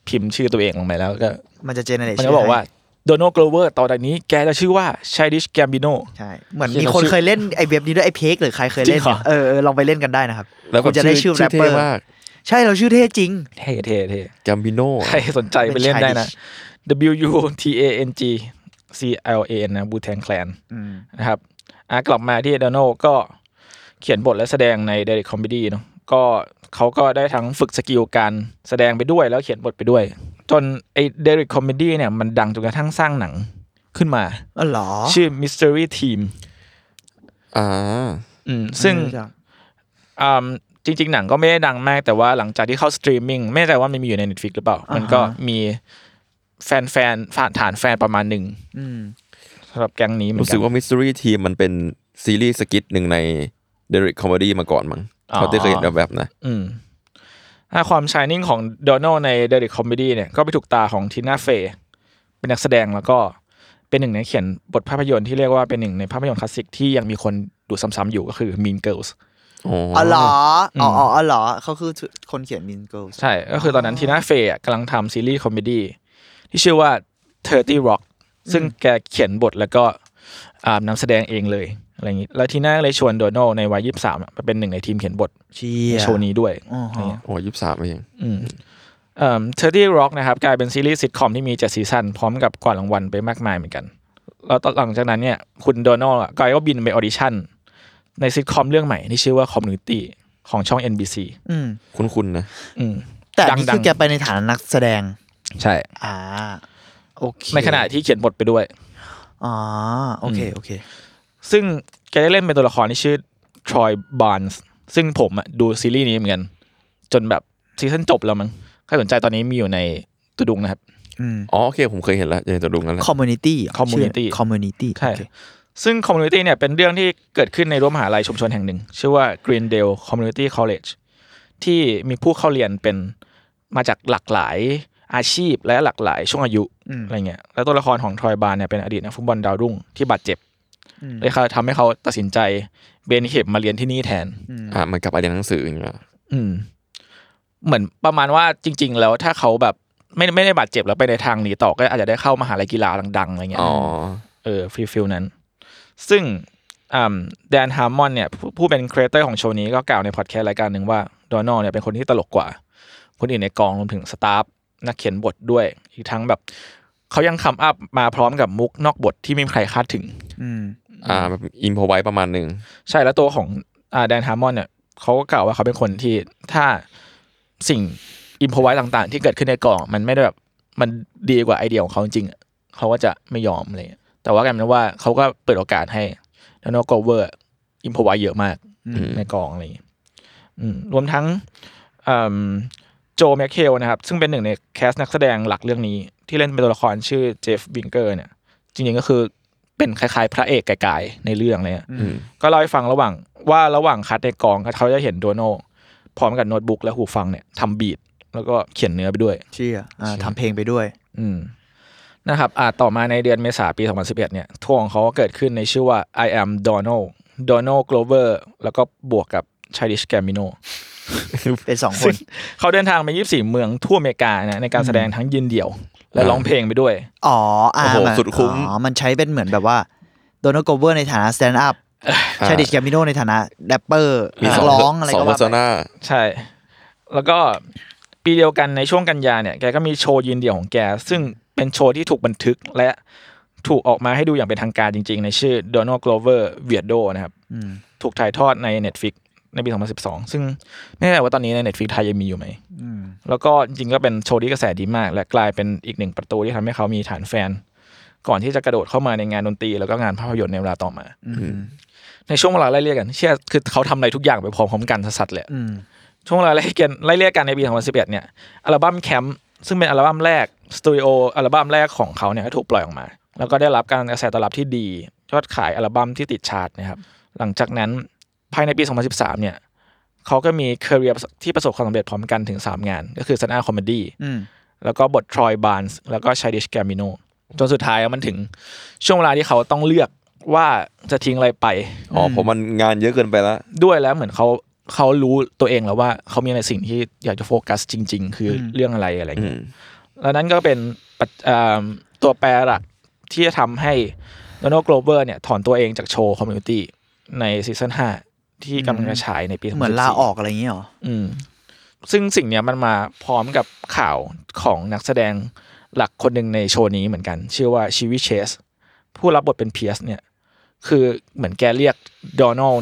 S4: พิมพ์ชื่อตัวเองลงไปแล้วก็
S2: มันจะเจเนเรต
S4: มันก็บอกว่าโดนัลด์โกลเวอร์ต่อจากนี้แกจะชื่อว่าชายดิชแกมบิโน
S2: ใช่เหมือนมีคนเคยเล่นไอ้เว็บนี้ด้วยไอ้เพกหรือใครเคยเล่น
S4: จริงเหรอ
S2: เออเออลองไปเล่นกันได้นะครับ
S3: แล้วก็
S2: คุณจะได้ชื่อแรปเปอร์
S3: ท่มาก
S2: ใช่เราชื่อเท่จริง
S4: เท่เท่เท่
S3: จัมบิโน่
S4: ใครสนใจไปเล่นได้นะ W U T A N G C L A N นะบูแทงแคลน
S2: อืม
S4: นะครับอ่ะกลับมาที่โดนัลด์ก็เขียนบทและแสดงในเดลิคอม e ดี้เนาะก็เขาก็ได้ทั้งฝึกสกิลการแสดงไปด้วยแล้วเขียนบทไปด้วย จนไอเดลิคอม e ดี้เนี่ยมันดังจนกระทั่งสร้างหนังขึ้นมา
S2: อ๋อเหรอ
S4: ชื่อ Mystery Team
S3: อ่า
S4: อืมซึ่ง
S2: ไม่รู้จัก
S4: อืมจริง ๆ หนังก็ไม่ได้ดังมาก แต่ว่าหลังจากที่เข้าสตรีมมิ่งไม่แน่ใจว่ามันมีอยู่ใน Netflix หรือเปล่า มันก็มีแฟนแฟนๆฐานแฟนประมาณหนึ่ง
S2: อืม
S4: สำหรับแก๊งนี้เหมือน
S3: รู้
S4: กั
S3: สึก
S4: น
S3: ว่ามิส t ต r y ี e ทีมมันเป็นซีรีส์สกิทหนึ่งในเดริ c คอมเมดี้มาก่อนมั้ง
S4: อ๋อ
S3: เขาได้เคยเห็นแบบๆนะ
S4: อืมถ้าความชายนิ่งของโดนัลในเดลิคอมเมดี้เนี่ย ก็ไปถูกตาของทีน่าเฟย์เป็นนักแสดงแล้วก็เป็นหนึ่งในเขียนบทภาพยนตร์ที่เรียกว่าเป็นหนึ่งในภาพยนตร์คลาสสิกที่ยังมีคนดูซ้ำๆอยู่ก็คือ Mean Girls
S3: อ๋อ
S2: อ๋อเหรออ๋อ
S4: ม
S2: อ๋ออ๋อเหรอเขาคือคนเขียนมินเกิล
S4: ใช่ ก็คือตอนนั้นทีน่าเฟย์อ่ะกำลังทำซีรีส์คอมเมดี้ที่ชื่อว่า 30 Rock ซึ่งแกเขียนบทแล้วก็อ่านำแสดงเองเลยอะไรอย่างนี้ แล้วทีน่าเลยชวนโดนัลในวัยยี่สามมาเป็นหนึ่งในทีมเขียนบท
S2: เชี
S4: ใน
S2: ย
S4: โชว์นี้ด้วย
S2: อ๋อ
S4: อะไรเงี้ย
S3: โอ้ยี่สามเอง
S4: อืม เอ่อเทอร์ดี้ร็อกนะครับกลายเป็นซีรีส์ซิทคอมที่มีเจ็ดซีซั่นพร้อมกับกวาดรางวัลไปมากมายเหมือนกัน แล้วตอนหลังจากนั้นเนี่ยคุณโดนัลด์อะก็บินไปออดิชั่น ในซิทคอมเรื่องใหม่ที่ชื่อว่าคอมมูนิตี้ของช่อง NBC
S2: อืม
S3: คุ้นๆนะ
S4: อืม
S2: แต่อันนี่
S4: ดังๆ
S2: คือแกไปในฐานะนักแสดง
S4: ใช่
S2: อ่า โอเค
S4: ในขณะที่เขียนบทไปด้วย
S2: อ๋อ โอเค โอเค
S4: ซึ่งแกได้เล่นเป็นตัวละครที่ชื่อทรอยบาร์นส์ซึ่งผมอะดูซีรีส์นี้เหมือนกัน จนแบบซีซั่นจบแล้วมั้งใครสนใจตอนนี้มีอยู่ในตุดุงนะครับ
S2: อืม
S3: อ๋อโอเคผมเคยเห็นแล้วอยู่ในตัวดูนั่นแหละ
S2: คอมมูนิตี้
S4: Community
S2: คอมมูนิตี้
S4: ใช่ ซึ่งคอมมูนิตี้เนี่ยเป็นเรื่องที่เกิดขึ้นในรั้วมหาลัยชุมชนแห่งหนึ่ง ชื่อว่า Greendale Community College ที่มีผู้เข้าเรียนเป็นมาจากหลากหลายอาชีพและหลากหลายช่วงอายุ
S2: อืม
S4: อะไรเงี้ย แล้วตัวละครของทรอยบาร์เนี่ยเป็นอดีตนักฟุตบอลดาวรุ่งที่บาดเจ็บเลยเขาทำให้เขาตัดสินใจเบนเข็บมาเรียนที่นี่แทน
S3: อ่าเหมือนกับไอเดียนหนังสืออย่างเงี้ย
S4: อืม เหมือนประมาณว่าจริง ๆ แล้วถ้าเขาแบบไม่ไม่ได้บาดเจ็บแล้วไปในทางนี้ต่อก็อาจจะได้เข้ามหาลัยกีฬาดังๆอะไรเงี้ย
S3: อ๋อ
S4: เออฟีลฟิลนั้น ซึ่งอ่ำแดนฮาร์มอนเนี่ยผู้ผู้เป็นครีเอเตอร์ของโชว์นี้ก็กล่าวในพอดแคสต์รายการหนึ่งว่าโดนัลเนี่ยเป็นคนที่ตลกกว่า คนอื่นในกองรวมถึงสตาฟนักเขียนบทด้วย อีกทั้งแบบ เขายังคำอัพมาพร้อมกับมุกนอกบทที่ไม่มีใครคาดถึง
S2: อืม
S3: อ่าแบบอินพอไว้ประมาณหนึ่ง
S4: ใช่แล้วตัวของอ่าแดนฮาร์มอนเนี่ยเขาก็กล่าวว่าเขาเป็นคนที่ถ้าสิ่งอิมพอไว้ต่างๆ ที่เกิดขึ้นในกอง มันไม่ได้แบบมันดีกว่าไอเดียของเขาจริงๆอะเขาก็จะไม่ยอมอะไรเงี้ยแต่ว่ากลายเป็นว่าเขาก็เปิดโอกาสให้ดนโกเวอร์อิมพอไว้เยอะมากในกองอะไรอย่างเงี้ยอืมรวมทั้งอืมโจแมคเคลนะครับ ซึ่งเป็นหนึ่งในแคสต์นักแสดงหลักเรื่องนี้ ที่เล่นเป็นตัวละครชื่อเจฟวิงเกอร์เนี่ย จริงๆก็คือเป็นคล้ายๆ พระเอกไกลๆในเรื่องเลยอะ
S3: อืม
S4: ก็เล่าให้ฟังระหว่างว่าระหว่างคัดในกองเขาจะเห็นโดโน่พร้อมกับโน้ตบุ๊กและหูฟังเนี่ยทำบีทแล้วก็เขียนเนื้อไปด้วย
S2: เชี่ยอ่าทำเพลงไปด้วย
S4: อืมนะครับอ่าต่อมาในเดือนเมษาปี 2011 เนี่ยทัวร์ของเขาก็เกิดขึ้นในชื่อว่า I am Donald Donald Glover แล้วก็บวกกับ Childish Gambino
S2: เป็นสองค
S4: ซึ่
S2: น
S4: งเขาเดินทางไป 24 เมืองทั่วอเมริกานะในการแสดงทั้งยืนเดี่ยว และร้องเพลงไปด้วย
S2: อ๋อ อ่า
S3: โอ้โห
S2: มัน
S3: สุดคุ้ม
S2: อ๋อ มันใช้เป็นเหมือนแบบว่าโดนัลด์โกเวอร์ในฐานะสแตนด์อัพชาดิชแกมิโนในฐานะแรปเปอร์
S3: มี
S2: นั
S3: ส
S2: ก
S3: อง
S2: ร้องอะไร
S3: สอ
S2: ก็
S3: งวั
S2: ว่า
S3: ฒ
S2: ไป
S3: นา
S4: ใช่ แล้วก็ปีเดียวกันในช่วงกันยาเนี่ย แกก็มีโชว์ยืนเดี่ยวของแก ซึ่งเป็นโชว์ที่ถูกบันทึกและถูกออกมาให้ดูอย่างเป็นทางการจริงๆ ในชื่อ Donald Glover Weirdo นะครับ ถูกถ่ายทอดใน Netflix ในปี 2012 ซึ่งไม่แน่ใจว่าตอนนี้ใน Netflix ไทยยังมีอยู่ไหม แล้วก็จริงๆก็เป็นโชว์ที่กระแสดีมาก และกลายเป็นอีกหนึ่งประตูที่ทำให้เขามีฐานแฟน ก่อนที่จะกระโดดเข้ามาในงานดนตรีแล้วก็งานภาพยนตร์ในเวลาต่อมา ในช่วงเวลาไล่เรียกกันเชื่อคือเขาทำอะไรทุกอย่างไปพร้อมๆกันสัสๆเลย
S2: อืม
S4: ช่วงเวลาไล่เกันไล่เรียกกันในปี2011 เนี่ยอัลบั้มแคมป์ซึ่งเป็นอัลบั้มแรกสตูดิโออัลบั้มแรกของเขาเนี่ยก็ถูกปล่อยออกมา แล้วก็ได้รับการกระแสตอบรับที่ดียอดขายอัลบั้มที่ติดชาร์ตนะครับ หลังจากนั้นภายในปี 2013 เนี่ยเขาก็มีเคเรียที่ประสบความสำเร็จพร้อมกันถึง 3 งาน ก็คือซันอาคอมเมดี้
S2: อืม
S4: แล้วก็บททรอยบาร์นส์แล้วก็ชายดิชแกมิโนจนสุดท้ายมันถึงช่วงเวลาที่เขาต้องเลือกว่าจะทิ้งอะไรไป
S3: อ๋อผมมันงานเยอะเกินไปละ
S4: ด้วยแล้วเหมือนเขาเขารู้ตัวเองแล้วว่าเขามีอะไรสิ่งที่อยากจะโฟกัสจริง ๆ คืออเรื่องอะไรอะไร
S3: อื
S4: เงี้ย
S3: ม
S4: แล้วนั้นก็เป็นปัจอ่าตัวแปรหลักที่จะทำให้โดนัลด์โกลเบอร์เนี่ยถอนตัวเองจากโชว์คอมมูนิตี้ในซีซั่น5ที่กำลังจะฉายในปี
S2: เหมือนลา
S4: 2014
S2: ออกอะไรอย่างเงี้ยเหรอ
S4: อืมซึ่งสิ่งเนี้ยมันมาพร้อมกับข่าวของนักแสดงหลักคนหนึ่งในโชว์นี้เหมือนกัน ชื่อว่าชีวิเชส ผู้รับบทเป็นเพียสเนี่ย คือเหมือนแกเรียกโดนัล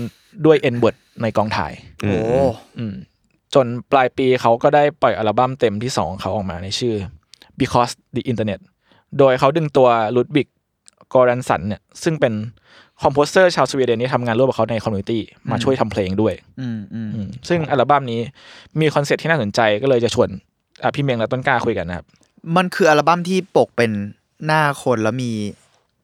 S4: ด้วยเอ็นเวิร์ดในกองถ่าย
S2: โอ้
S4: อืมจนปลายปีเขาก็ได้ปล่อยอัลบั้มเต็มที่สองของเขาออกมาในชื่อ Because the Internet โดยเขาดึงตัวลุดบิกกอรันสันเนี่ยซึ่งเป็นคอมโพเซอร์ชาวสวีเดนที่ทำงานร่วมกับเขาในคอมมูนิตี้มาช่วยทำเพลงด้วย
S2: อืมอืม
S4: อืมซึ่งอัลบั้มนี้มีคอนเซ็ปต์ที่น่าสนใจก็เลยจะชวนอ่ะพี่เมงและต้นกล้าคุยกันนะครับ
S2: มันคืออัลบั้มที่ปกเป็นหน้าคนแล้วมี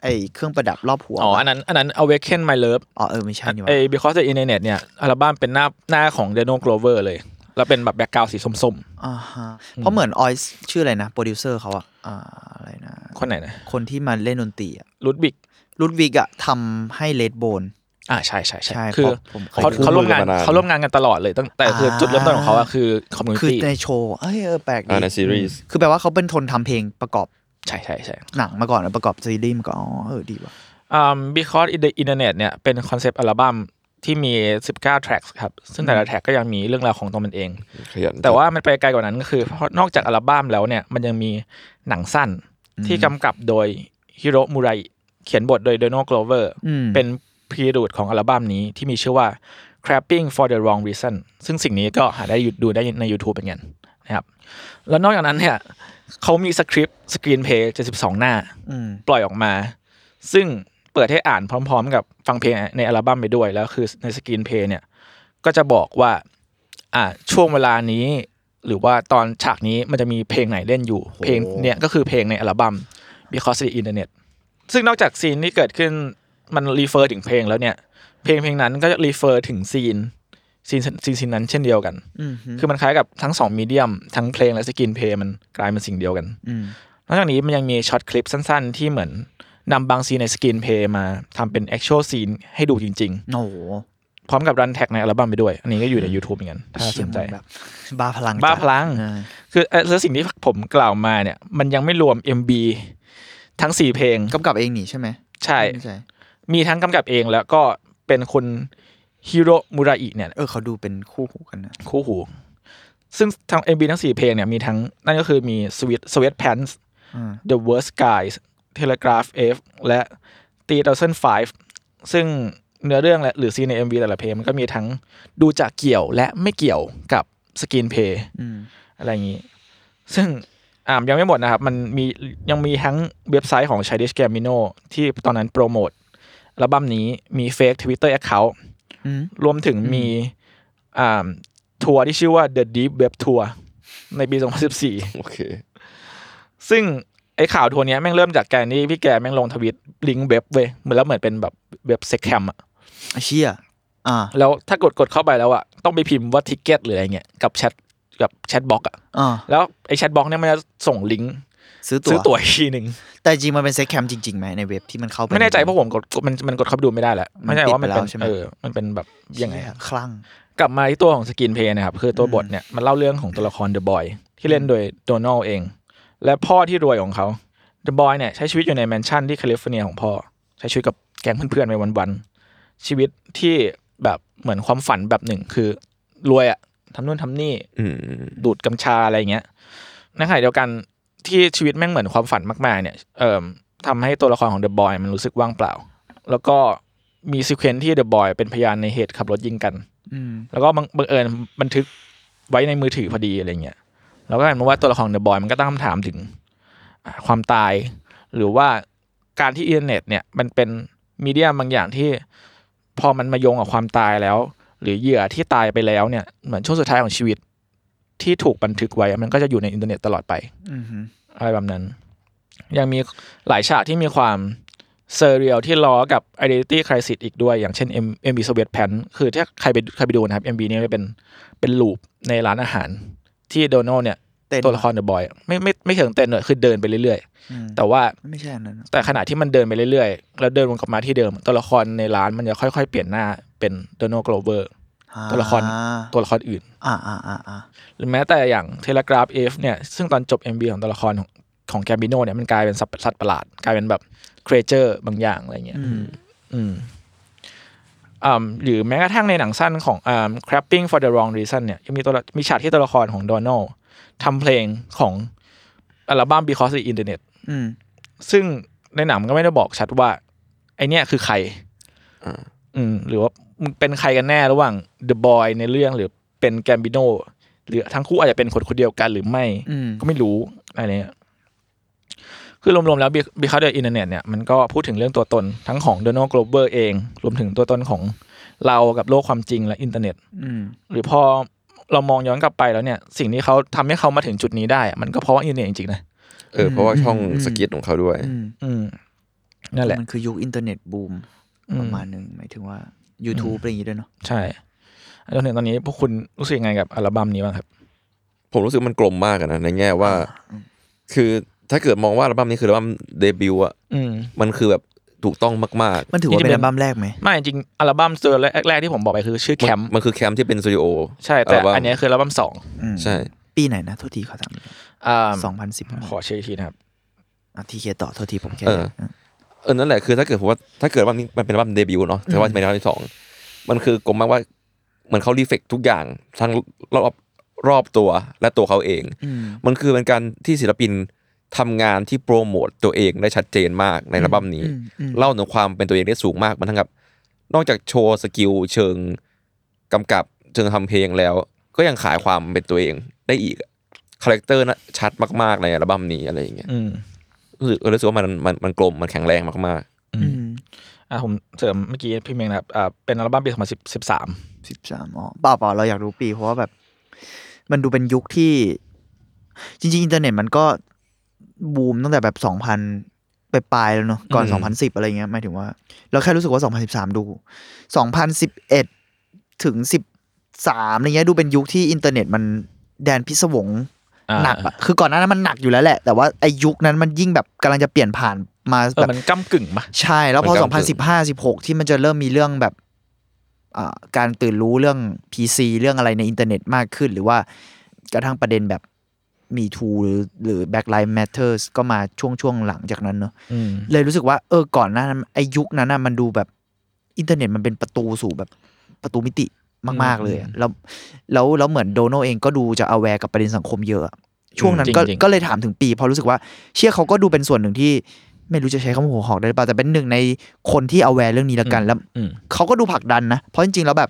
S2: ไอ้เครื่องประดับรอบหัว
S4: อ๋อ อันนั้นอันนั้น Awaken My Love
S2: อ๋อเออไม่ใช่นี่หว่า
S4: ไอ้ Because the Internet เนี่ย อัลบั้มเป็นหน้าหน้าของ d e n o Glover เลย แล้วเป็นแบบแบ็กกราวสีส้ม
S2: อ่าฮะเพราะเหมือนออยชื่ออะไรนะโปรดิวเซอร์เขาอะอ่าอะไรนะ
S4: ๆ คนไหนนะ
S2: คนที่มาเล่นดนตรีอะ
S4: ลุดบิก
S2: ลุดวิกอะทำให้เลดโบน
S4: อ่าใช่ใช่ใช่
S2: ใช่
S4: คือ
S2: ผมผม
S4: เขา
S2: เคย
S4: เขาร่วมงานเขาร่วมงานกันตลอดเลยตั้งแต่คือจุดเริ่มต้นของเขาอะคือคอมมูนิ
S2: คือ
S4: ตี้
S2: ในโชว์เอ้ยเออแปลกดี
S3: อ่าในซีรีส์
S2: คือแปลว่าเขาเป็นทนทำเพลงประกอบ
S4: ใช่ใช่ใช่
S2: หนังมาก่อนแล้วประกอบซีรีส์มาก่อนอ๋อเออดีว่ะ
S4: อ่า because in the internet เนี่ยเป็นคอนเซปต์อัลบั้ม ที่มี 19 tracks ครับ ซึ่งแต่ละแท็กก็ยังมีเรื่องราวของตัวมันเอง
S3: ขยัน
S4: แต่ว่ามันไปไกลกว่านั้นก็คือเพราะนอกจากอัลบั้มแล้วเนี่ยมันยังมีหนังสั้นที่กำกับโดยฮิโรมูไรเขียนบทโดยเดน a ล d กลเวอร์
S2: อืม
S4: เป็นพรีดูดของอัลบั้มนี้ที่มีชื่อว่า crapping for the wrong reason ซึ่งสิ่งนี้ก็หาได้ดูได้ใน YouTube เป็นเงินนะครับ แล้วนอกจากนั้นเนี่ยเขามีสคริปต์สกรีนเพย์72 หน้า
S2: อืม
S4: ปล่อยออกมา ซึ่งเปิดให้อ่านพร้อมๆ กับฟังเพลงในอัลบั้มไปด้วย แล้วคือในสกรีนเพลย์เนี่ย ก็จะบอกว่า อ่าช่วงเวลานี้ หรือว่าตอนฉากนี้มันจะมีเพลงไหนเล่นอยู่ เพลงเนี่ยก็คือเพลงในอัลบั้ม because of the internet ซึ่งนอกจากซีนที่เกิดขึ้นมันรีเฟอร์ถึงเพลงแล้วเนี่ย เพลงเพลงนั้นก็จะรีเฟอร์ถึงซีนซีนซีนซีนนั้นเช่นเดียวกัน คือมันคล้ายกับทั้งสองมีเดียมทั้งเพลงและสกรีนเพลย์มันกลายเป็นสิ่งเดียวกัน นอกจากนี้มันยังมีช็อตคลิปสั้นๆ ที่เหมือนนำบางซีนในสกรีนเพลย์มาทำเป็นแอคช l ลซีนให้ดูจริง
S2: โอ้โห
S4: ๆ พร้อมกับรันแท็กในอัลบั้มไปด้วย อันนี้ก็อยู่ใน YouTube เหมือนกันถ้า
S2: เชี่
S4: ส
S2: ย
S4: น
S2: ม
S4: ใจ
S2: นแบบบ้าพลัง
S4: บ้า
S2: จัด
S4: พลัง
S2: เออ
S4: คือเอ่อแล้วสิ่งที่ผมกล่าวมาเนี่ย มันยังไม่รวม MB ทั้ง 4 เพลง
S2: กำกับเองนี่ใช่ไหม
S4: ใช่
S2: ไม่ใช่
S4: มีทั้งกำกับเองแล้วก็เป็นคุณฮิโรมุราอิเนี่ย
S2: เออเขาดูเป็นคู่หูกันนะ
S4: คู่หู ซึ่งทั้ง MB ทั้ง 4 เพลงเนี่ยมีทั้ง นั่นก็คือมี Sweet Sweat Pants
S2: อืม
S4: The Worst Guys Telegraph F และ t 3 0 0ซึ่งเนื้อเรื่องและหรือซีนใน MV แต่ละเพลงมันก็มีทั้งดูจากเกี่ยวและไม่เกี่ยวกับสกรีนเพลย์อะไรอย่างนี้ ซึ่งอ่ามยังไม่หมดนะครับ มันมียังมีทั้งเว็บไซต์ของ Childish Gambino ที่ตอนนั้นโปรโมทอัลบั้มนี้มีเฟ k ทวิตเตอร์แอคเคาท์รวมถึงมี อ่าทัวร์ที่ชื่อว่า The Deep Web Tour ในปี
S3: โอเค
S4: 2014 ซึ่งไอ้ข่าวทัวร์เนี้ยแม่งเริ่มจากการที่พี่แกแม่งลงทวิตลิงก์เว็บเว้ยเหมือนแล้วเหมือนเป็นแบบเว็บเซ็กแคมอะ
S2: ไอ้เชี่ยอ่า
S4: แล้วถ้ากดกดเข้าไปแล้วอะต้องไปพิมพ์ว่าทิกเก็ตหรืออะไรเงี้ยกับแชทกับแชทบล็อกอะ
S2: อ่า
S4: แล้วไอ้แชทบล็อกเนี่ยมันจะส่งลิงก์
S2: ซื้อ
S4: ซื้อ
S2: ตั
S4: ตั๋
S2: ว
S4: วอีกทีหนึ่ง
S2: แต่จริงมันเป็นเซ็กแคมจริงๆไหมในเว็บที่มันเข้าไป
S4: ไม่แน่ใจเพราะผมกดมันมันกดเข้าไปดูไม่ได้แหละ
S2: มัน
S4: ไม่ใช่ว่ามัน
S2: ปิดไปแล้ว
S4: เป็
S2: น ใช่ไหม
S4: เออมันเป็นแบบยังไง
S2: เชี่
S4: อะ
S2: คลั่ง
S4: กลับมาที่ตัวของสกินเพย์นะครับ คือตัวบทเนี่ย มันเล่าเรื่องของตัวละครเดอะบอยที่เล่นโดยโดนัลเอง และพ่อที่รวยของเขาเดอะบอยเนี่ย ใช้ชีวิตอยู่ในแมนชั่นที่แคลิฟอร์เนียของพ่อ ใช้ชีวิตกับแก๊งเพื่อนๆไปวันๆชีวิตที่แบบเหมือนความฝันแบบหนึ่งคือ รวยอะทำนู่นทำนี่
S3: อืม
S4: ดูดกัญชาอะไรอย่างเงี้ยในขณะเดียวกันที่ชีวิตแม่งเหมือนความฝันมากๆ เนี่ยเอ่มทำให้ตัวละครของเดอะบอยมันรู้สึกว่างเปล่า แล้วก็มีซีเควนซ์ที่เดอะบอยเป็นพยานในเหตุขับรถยิงกัน
S2: อืม
S4: แล้วก็บังบังเอิญบันทึกไว้ในมือถือพอดีอะไรเงี้ย แล้วก็เห็นว่าตัวละครเดอะบอยมันก็ตั้งคำถามถึงอ่าความตาย หรือว่าการที่อินเทอร์เน็ตเนี่ยมันเป็นมีเดียบางอย่างที่พอมันมาโยงกับความตายแล้ว หรือเหยื่อที่ตายไปแล้วเนี่ยเหมือนช่วงสุดท้ายของชีวิตที่ถูกบันทึกไว้ มันก็จะอยู่ในอินเทอร์เน็ตตลอดไป
S2: อืมฮึ
S4: อะไรแบบนั้น ยังมีหลายฉากที่มีความเซอร์เรียลที่ล้อกับ Identity Crisis อีกด้วย อย่างเช่น M MB s w e a t p a n คือถ้าใครไปใครไปดูนะครับ MB เนี่ยเป็นเป็นลูปในร้านอาหาร ที่โดนัลเนี่ย
S2: เต้น
S4: ตัวละครเดอะบอยไม่ไม่ไม่เชิงเต้นเลยคือเดินไปเรื่อย
S2: อืม
S4: ๆ แต่ว่า
S2: ไม่ใช่อันนั้น
S4: แต่ขณะที่มันเดินไปเรื่อยๆ แล้วเดินวนกลับมาที่เดิม ตัวละครในร้านมันจะค่อยๆ เปลี่ยนหน้าเป็นโดนัลโกลเบอร์ ตัวละคร
S2: อ่า
S4: ตัวละครอื่น
S2: อ่าอ่าอ่าอ่า
S4: หรือแม้แต่อย่างเทเลกราฟเอฟเนี่ยซึ่งตอนจบ MB ของตัวละครของของแกมบิโนเนี่ยมันกลายเป็นสัตว์สัตว์ประหลาด กลายเป็นแบบเครเจอร์บางอย่างอะไรเงี้ย
S2: อืม
S4: อืมอ่าหรือแม้กระทั่งในหนังสั้นของอ่า crapping for the wrong reason เนี่ยยังมีตัวละมีฉากที่ตัวละครของโดนัลทำเพลงของอัลบั้ม because of the internet
S2: อืม
S4: ซึ่งในหนังมันก็ไม่ได้บอกชัดว่า ไอเนี่ยคือใคร
S3: อ่า
S4: อืม หรือว่ามึงเป็นใครกันแน่ระหว่าง The Boy ในเรื่องหรือเป็นแกมบิโนหรือทั้งคู่อาจจะเป็นคนคนเดียวกันหรือไม่
S2: อืม
S4: ก็ไม่รู้อะไรเนี่ยคือรวมๆแล้วบิคาเดอร์อินเทอร์เน็ตเนี่ยมันก็พูดถึงเรื่องตัวตนทั้งของโดนัลด์โกลเบอร์เอง รวมถึงตัวตนของเรากับโลกความจริงและอินเทอร์เน็ต
S2: อืม
S4: หรือพอเรามองย้อนกลับไปแล้วเนี่ย สิ่งที่เขาทำให้เขามาถึงจุดนี้ได้อะมันก็เพราะว่าอินเทอร์เน็ตจริงๆนะ
S3: เออ เพราะว่าช่องสกิทของเขาด้วย
S2: อืม
S4: อืมนั่นแหละ
S2: มันคือยุคอินเทอร์เน็ตบูมประมาณหนึ่งหมายถึงว่า YouTube อะไรอย่างงี้ด้วยเนาะ
S4: ใช่จนถึงตอนนี้พวกคุณรู้สึกยังไงกับอัลบั้มนี้บ้างครับ
S3: ผมรู้สึกมันกลมมากอะนะในแง่ว่า คือถ้าเกิดมองว่าอัลบั้มนี้คืออัลบั้มเดบิวต์อะ
S4: อืม
S3: มันคือแบบถูกต้องมาก
S2: มันถือว่าเป็นอัลบั้มแรกไหม
S4: ไม่จริงอัลบั้มตัวแรกๆที่ผมบอกไปคือชื่อ
S3: ๆ
S4: แคมป์
S3: มันคือแคมป์ที่เป็นสตูดิโอ
S4: ใช่ แต่
S3: ลบั้ม
S4: อันเนี้ยคืออัลบั้มสอง
S2: อืม
S3: ใช่
S2: ปีไหนนะโทษทีขอถาม
S4: อ่า
S2: สองพันสิบ
S4: ขอเช็คอีกทีนะครับ
S2: ทีเคต่อโทษทีผมแค่
S3: เออ เออนั่นแหละคือถ้าเกิดผมว่าถ้าเกิดว่ามันเป็นอัลบั้มเดบิวต์เนาะแต่ว่าเป็นอัลบั้มที่สอง มันคือกลมมากว่าเหมือนเขารีเฟกทุกอย่างทั้งรอบรอบตัวและตัวเขาเอง มันคือเป็นการที่ศิลปินทำงานที่โปรโมตตัวเองได้ชัดเจนมากในอัลบั้มนี้
S2: อืมอืม
S3: เล่าถึงความเป็นตัวเองได้สูงมากมันทั้งกับ นอกจากโชว์สกิลเชิงกำกับเชิงทำเพลงแล้ว ก็ยังขายความเป็นตัวเองได้อีกคาแรคเตอร์นะชัดมากๆในอัลบั้มนี้อะไรอย่างเงี้ย
S4: อืม
S3: รู้สึกเออรู้สึกว่ามันมันมันกลมมันแข็งแรงมาก
S2: อืม
S4: อ่ะผมเสริมเมื่อกี้พี่เมงนะครับอ่าเป็นอัลบั้มปี 2013
S2: สิบสามอ๋อเปล่าเปล่าเราอยากรู้ปีเพราะว่าแบบ มันดูเป็นยุคที่ จริง ๆ อินเทอร์เน็ตมันก็บูมตั้งแต่แบบสองพันไปปลายๆแล้วเนอะก่อนสองพันสิบอะไรเงี้ยหมายถึงว่า เราแค่รู้สึกว่าสองพันสิบสามดูสองพันสิบเอ็ดถึงสิบสามอะไรเงี้ยดูเป็นยุคที่อินเทอร์เน็ตมันแดนพิศวง
S4: อ่า
S2: หนักอะคือก่อนหน้านั้นมันหนักอยู่แล้วแหละ แต่ว่าไอายุคนั้นมันยิ่งแบบกำลังจะเปลี่ยนผ่านมา
S4: เอ
S2: แบ
S4: อบ มันก้ำกึ่งปะ
S2: ใช่ แล้วพอ
S3: มันก็คือ
S2: 2015 16 ที่มันจะเริ่มมีเรื่องแบบอ่าการตื่นรู้เรื่อง PC เรื่องอะไรในอินเทอร์เน็ตมากขึ้น หรือว่ากระทั่งประเด็นแบบมีทูหรือหรือ Black Lives Matters ก็มาช่วงช่วงหลังจากนั้นเนอะ
S4: อืม
S2: เลยรู้สึกว่าเออก่อนหน้านั้นไอยุคนั้นน่ะมันดูแบบอินเทอร์เน็ตมันเป็นประตูสู่แบบประตูมิติมาก ๆ เลยอะแล้วแล้วแล้วเหมือนโดนัลเองก็ดูจะเอาแวร์กับประเด็นสังคมเยอะอะช่วงนั้นก็
S4: จริงๆ
S2: ก็เลยถามถึงปีเพราะรู้สึกว่าเชื่อเขาก็ดูเป็นส่วนหนึ่งที่ ไม่รู้จะใช้คำว่าหัวหอกได้หรือเปล่าแต่เป็นหนึ่งในคนที่เอาแวร์เรื่องนี้ละกัน แล้ว
S4: อืม
S2: เขาก็ดูผลักดันนะ เพราะจริงๆแล้วแบบ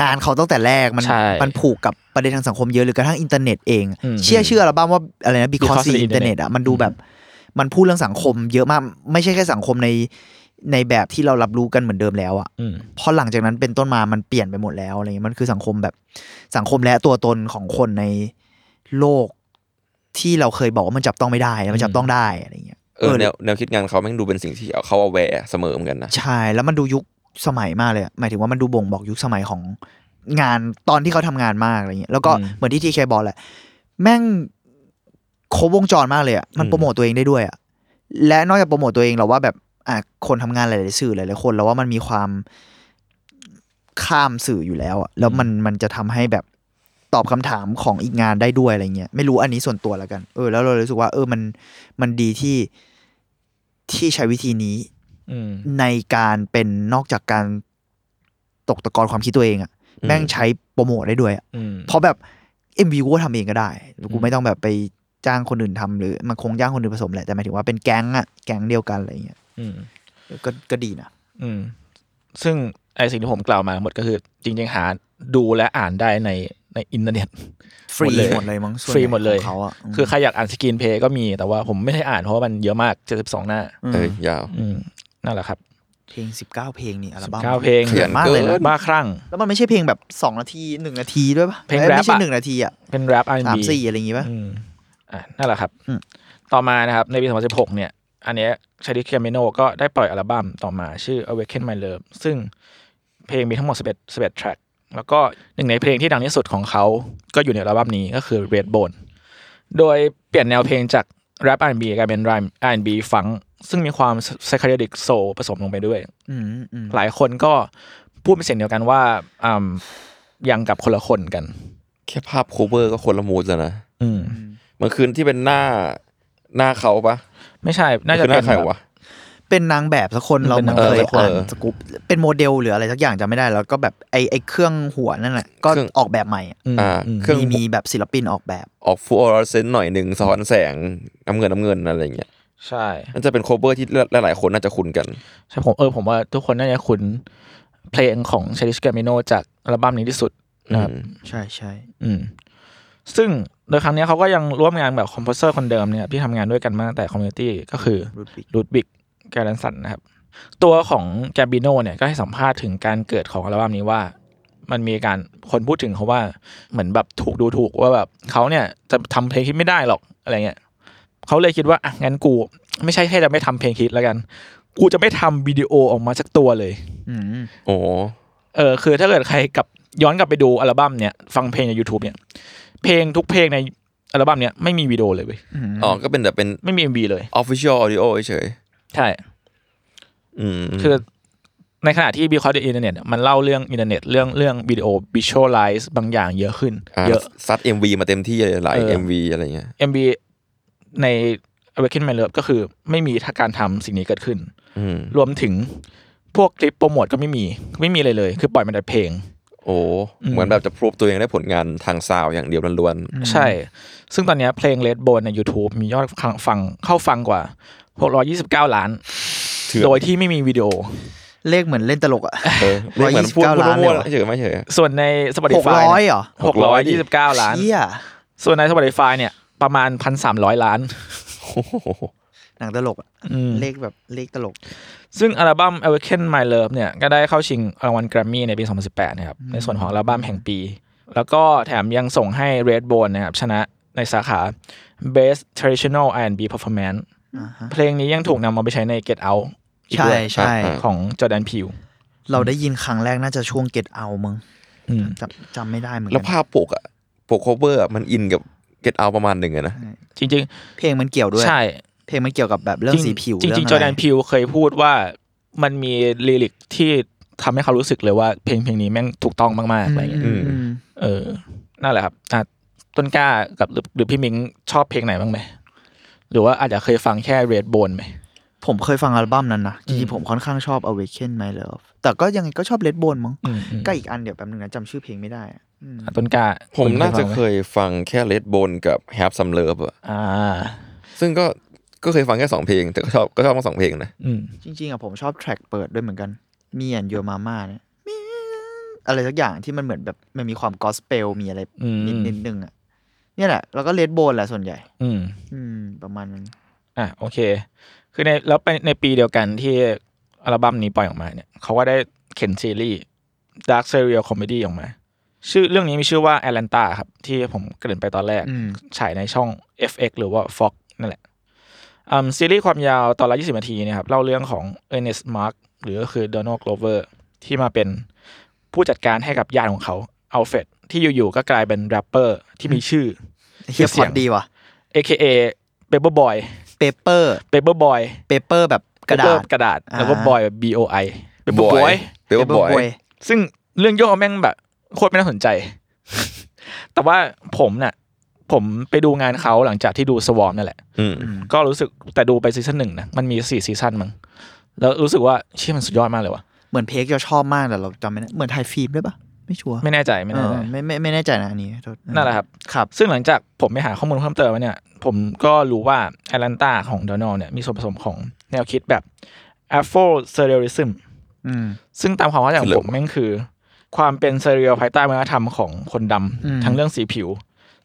S2: งานเขาตั้งแต่แรกมัน
S4: ใช่
S2: มันผูกกับประเด็นทางสังคมเยอะหรือกระทั่งอินเทอร์เน็ตเอง
S4: อืม
S2: เชื่อชื่ออัลบั้มว่าอะไรนะ because
S4: Because the
S2: the internet
S4: Internet
S2: อ่ะมันดูแบบ มันพูดเรื่องสังคมเยอะมาก ไม่ใช่แค่สังคมในในแบบที่เรารับรู้กันเหมือนเดิมแล้วอ่ะ
S4: อืม
S2: เพราะหลังจากนั้นเป็นต้นมามันเปลี่ยนไปหมดแล้วอะไรเงี้ยมันคือสังคมแบบสังคมและตัวตนของคนในโลกที่เราเคยบอกว่ามันจับต้องไม่ได้แล้วมันจับต้องได้อะไรเงี้ย
S3: ๆเออแนวแนวคิดงานเขาแม่งดูเป็นสิ่งที่เขาเอาแวร์เสมอเหมือนกันนะ
S2: ใช่แล้วมันดูยุคสมัยมากเลยอะหมายถึงว่ามันดูบ่งบอกยุคสมัยของงานตอนที่เขาทำงานมากอะไรเงี้ยแล้วก็
S4: อืม
S2: เหมือนที่ทีเคบอกแหละ แม่งครบวงจรมากเลยอะมัน
S3: อืม
S2: โปรโมตตัวเองได้ด้วยอะและนอกจากโปรโมตตัวเองเราว่าแบบอ่ะคนทำงานหลายๆสื่อหลายๆคนเราว่ามันมีความ ข้ามสื่ออยู่แล้วอะแล้วมันมันจะทำให้แบบตอบคำถามของอีกงานได้ด้วยอะไรเงี้ยไม่รู้อันนี้ส่วนตัวแล้วกัน เออ แล้วเรารู้สึกว่า เออมันมันดีที่ที่ใช้วิธีนี้
S4: อืม
S2: ในการเป็นนอกจากการตกตะกอนความคิดตัวเองอะ
S3: อืม
S2: แม่งใช้โปรโมทได้ด้วยอะ
S4: อืม
S2: เพราะแบบ MV กูก็ทำเองก็ได้กูไม่ต้องแบบไปจ้างคนอื่นทำหรือมันคงจ้างคนอื่นผสมแหละแต่หมายถึงว่าเป็นแก๊งอะแก๊งเดียวกันอะไรเงี้ย
S4: อืม
S2: ก็ก็ดีนะ
S4: อืม ซึ่งไอสิ่งที่ผมกล่าวมาหมดก็คือ จริง ๆ หาดูและอ่านได้ในในอินเทอร์เน็ต
S2: ฟรี
S4: หมดเลย
S2: หมดเลยมั้งส่วน
S4: ฟรีหมดเลย
S2: ของเขาอะม
S4: คือใครอยากอ่านสกรีนเพลย์ก็มีแต่ว่าผมไม่ได้อ่านเพราะว่ามันเยอะมาก 72 หน้า
S3: เออยาว
S4: อืม นั่นแหละครับ
S2: เพลงสิบเก้าเพลงนี่อัลบั้ม
S4: 19 เพลง
S3: ขยัน
S2: มากเลยนะ
S3: เกิน
S4: บ้าครั่ง
S2: แล้วมันไม่ใช่เพลงแบบสองนาทีหนึ่งนาทีด้วยปะ
S4: เพลง
S2: อ้ย
S4: แรป
S2: ไม่ใช่
S4: อะ
S2: หนึ่งนาทีอะ
S4: เป็นแรป R&B
S2: สามสี่อะไรอย่างงี้ปะ
S4: อืมอ่ะนั่นแหละครับ
S2: อืม
S4: ต่อมานะครับ ในปี 2016 เนี่ย อันเนี้ยชาริเคเมโนก็ได้ปล่อยอัลบั้มต่อมาชื่อ Awaken My Love ซึ่งเพลงมีทั้งหมด 11 11 track แล้วก็หนึ่งในเพลงที่ดังที่สุดของเขาก็อยู่ในอัลบั้มนี้ก็คือ Red Bone โดยเปลี่ยนแนวเพลงจากแรป R&B กลายเป็น rhyme R&B ฟัง ซึ่งมีความ psychedelic soul ผสมลงไปด้วย
S2: อืมอืม
S4: หลายคนก็พูดเป็นเสียงเดียวกันว่าอ่ำยังกับคนละคนกัน
S3: แค่ภาพโคเวอร์ก็คนละมูดแล้วนะ
S4: อืม
S3: มันคือที่เป็นหน้าหน้าเขาปะ
S4: ไม่ใช่ น่าจะ
S3: คือห
S4: เป็
S3: น้าน ใคร
S4: แบบ
S3: วะ
S2: เป็นนางแบบสักคนเรา
S4: เป็นนาง
S2: เคย
S3: แบบ
S2: อ่าน
S3: เออ
S2: สกู๊ปเป็นโมเดลหรืออะไรสักอย่างจำไม่ได้แล้วก็แบบไอไอเครื่องหัวนั่นแหละก็
S3: เครื่อง
S2: ออกแบบใหม่อะ
S4: อืม
S3: อ่า
S4: อืม
S3: เครื่อง
S2: มีมีแบบศิลปินออกแบบ
S3: ออกฟลูออเรสเซนต์หน่อยหนึ่งสะท้อนแสงน้ำเงินน้ำเงินอะไรอย่างเงี้ย
S4: ใช่
S3: น่าจะเป็นโคเวอร์ที่หลายๆคนน่าจะคุ้นกัน
S4: ใช่ผมเออผมว่าทุกคนน่าจะคุ้นเพลงของเชลิชแกมิโนจากอัลบั้มนี้ที่สุดนะครับ
S2: ใช่ใช่
S4: อืมซึ่งโดยครั้งเนี้ยเขาก็ยังร่วมงานแบบคอมโพเซอร์คนเดิมเนี่ยที่ทำงานด้วยกันมาตั้งแต่คอมมูนิตี้ก็คือ
S2: รูดปิก
S4: ลูดบิกแกลันสันนะครับ ตัวของแกบิโนเนี่ยก็ให้สัมภาษณ์ถึงการเกิดของอัลบั้มนี้ว่า มันมีการคนพูดถึงเขาว่าเหมือนแบบถูกดูถูกว่าแบบเขาเนี่ยจะทำเพลงฮิตไม่ได้หรอกอะไรเงี้ยเขาเลยคิดว่าอ่ะงั้นกู ไม่ใช่แค่จะไม่ทำเพลงฮิตแล้วกัน กูจะไม่ทำวิดีโอออกมาสักตัวเลย
S2: อืม
S3: โอ้โห
S4: เออคือถ้าเกิดใครกลับย้อนกลับไปดูอัลบั้มเนี่ยฟังเพลงใน YouTube เนี่ย เพลงทุกเพลงในอัลบั้มเนี่ยไม่มีวิดีโอเลยเว้ย
S3: อ๋อ ก็เป็นแบบเป็น
S4: ไม่มี MV เลย
S3: official audio เฉย
S4: ใช่
S3: ๆอืม
S4: คือในขณะที่ Because the Internet เนี่ยมันเล่าเรื่องอินเทอร์เน็ตเรื่องเรื่องวิดีโอ visualize บางอย่างเยอะขึ้น
S3: า
S4: เยอะ
S3: ซัด MV มาเต็มที่เลยหลาย
S4: เออ
S3: MV อะไรเงี้ย
S4: MV ใน Awaken My Love ก็คือไม่มีการทำสิ่งนี้เกิดขึ้น
S3: อืม
S4: รวมถึง พวกคลิปโปรโมทก็ไม่มีไม่มีเลยเลย คือปล่อยมาแต่เพลง
S3: โอ้
S4: อืม
S3: เหมือนแบบจะพรูฟตัวเองได้ผลงานทางซาวอย่างเดียวล้วน
S4: ใช่ ซึ่งตอนเนี้ยเพลง Red Bone ใน YouTube มียอดฟังเข้าฟังกว่า 629 ล้าน
S3: ๆเถื่อน
S4: โดยที่ไม่มีวิดีโอ
S2: เลขเหมือนเล่นตลกอ่ะ
S3: เออเรียกเหมือนพูด
S2: 129
S3: พูด
S2: ล้านเลย
S3: มั่ว
S2: เหรอ
S3: ๆเฉยไม่เฉย
S4: ส่วนใน Spotify
S2: หกร้อยเหรอ
S3: หกร้อยดิ
S4: 6 2 9 ล้าน
S2: เชี่ย
S4: ส่วนใน Spotify เนี่ย ประมาณ 1,300 ล้าน
S3: โอ้โห
S2: หนังตลกอะ
S4: อืม
S2: เลขแบบเลขตลก
S4: ซึ่งอัลบั้ม Awaken My Love เนี่ย ก็ได้เข้าชิงรางวัลแกรมมี่ในปี 2018 นะครับ ในส่วนของอัลบั้มแห่งปี แล้วก็แถมยังส่งให้ Red Bone นะครับ ชนะในสาขา Best Traditional R&B Performance
S2: อ่าฮะ
S4: เพลงนี้ยังถูกนำมาไปใช้ใน Get Out อีก
S2: ใช่
S4: ด้วย
S2: ใช่
S3: อ่ะ
S4: ของจอร์แดนพิว
S2: เราได้ยินครั้งแรกน่าจะช่วงเก็ตเอามึงจำจำไม่ได้เหมือน
S3: แล้
S2: กั
S3: วภาพปกอะปก cover อะมันอินกับเก็ตเอาประมาณหนึ่งอะนะ
S4: จริง
S2: เพลงมันเกี่ยวด้ว
S4: ๆ
S2: ย
S4: ใช่
S2: เพลงมันเกี่ยวกับแบบเรื่องสีผิว
S4: จริงๆจริงๆจ
S2: เะ
S4: อร์
S2: ไ
S4: แดนพิวเคยพูดว่ามันมีลิริกที่ทำให้เขารู้สึกเลยว่าเพลงเพลงนี้แม่งถูกต้องมากๆอะไรเงี้ย
S2: อืม
S3: อืม
S4: เออนั่นแหละครับอ่ะต้นกล้ากับหรือหรือพี่มิงชอบเพลงไหนบ้างไหม หรือว่าอาจจะเคยฟังแค่ Red Bone ไหม
S2: ผมเคยฟังอัลบั้มนั้นนะจ
S4: อื
S2: ริ
S4: ม
S2: งๆผมค่อนข้างชอบ Awaken My Love แต่ก็ยังไงก็ชอบ Red Bone มั้ง
S4: อืมอืม
S2: ก็อีกอันเดี๋ยวแป๊บนึงนะจำชื่อเพลงไม่ได้อะอืม
S4: อ่ะต้นกล้า
S3: ผมน่าจะเค
S4: ยฟังไห
S3: ย
S4: ม
S3: ฟังแค่เลดบนกับแฮปซัมเลิฟอะ
S4: อ่า
S3: ซึ่งก็ก็เคยฟังแค่สองเพลง แต่ก็ชอบก็ชอบทั้งสองเพลงนะ
S4: อืม
S2: จริงๆอะผมชอบแทร็กเปิดด้วยเหมือนกัน Me and Your Mama เนี่ยอะไรสักอย่างที่มันเหมือนแบบมันมีความกอสเปลมีอะไร
S4: อืม
S2: นิดนิดนึงอะเนี่ยแหละแล้วก็ Red Bone แหละส่วนใหญ่
S4: อืม
S2: อืม ประมาณนั้น
S4: อ่ะโอเค คือในแล้วไปในปีเดียวกันที่อัลบั้มนี้ปล่อยออกมาเนี่ยเขาก็ได้เข็นซีรีส์ Dark Serial Comedy ออกมา ชื่อเรื่องนี้มีชื่อว่า Atlanta ครับ ที่ผมเกริ่นไปตอนแรก
S2: อืม
S4: ฉายในช่อง FX หรือว่า Fox นั่นแหละอืมซีรีส์ความยาวตอนละ 20 นาทีเนะครับ เล่าเรื่องของ Ernest Mark หรือก็คือ Donald Glover ที่มาเป็นผู้จัดการให้กับญาติของเขา Alfred ที่อยู่ๆก็กลายเป็นแรปเปอร์ที่มีชื่อ
S2: เฮีย
S4: ชื่อ
S2: พ
S4: เสี
S2: อย
S4: ง
S2: ดดีว่ะ
S4: AKA Paper Boy
S2: Paper
S4: Paper Boy
S2: เปเปอร์แบบกระดา
S4: เปเปอ
S2: ษ
S4: กระดาษ
S2: อ่า
S4: แล้วก็บอย B O I เป็นบ
S3: Boy
S4: อย
S3: เปเปอ
S2: Paper
S3: ร์บอย
S2: Boy
S4: ซึ่งเรื่องย่อแม่งแบบโคตรไม่น่าสนใจ แต่ว่าผมน่ะ ผมไปดูงานเขาหลังจากที่ดูสวอมนั่นแหละ
S3: อืม
S4: ก็รู้สึกแต่ดูไปซีซั่นหนึ่งนะ มันมีสี่ซีซั่นมั้งแล้วรู้สึกว่าเชี่ยมันสุดยอดมากเลยว่ะ
S2: เหมือนเพกจะชอบมากแต่เราจำไม่ได้เหมือนไทยฟิล์มด้วยปะไม่ชัวร์
S4: ไม่แน่ใจไม่
S2: เอ
S4: แน่
S2: อ
S4: ใจ
S2: ไม่ไม่ไม่แน่ใจนะอันนี้โทษ
S4: นั่นแหละครับ
S2: ครับ
S4: ซึ่งหลังจากผมไปหาข้อมูลเพิ่มเติมมาเนี่ย ผมก็รู้ว่าแอตแลนตาของดอนอลเนี่ยมีส่วนผสมของแนวคิดแบบ Afro Surrealism
S2: อืม
S4: ซึ่งตามความเข้าใจของผมแม่งคือ ความเป็นเซเรียลภายใต้วัฒนธรรมของคนดำ
S2: อืม
S4: ทั้งเรื่องสีผิว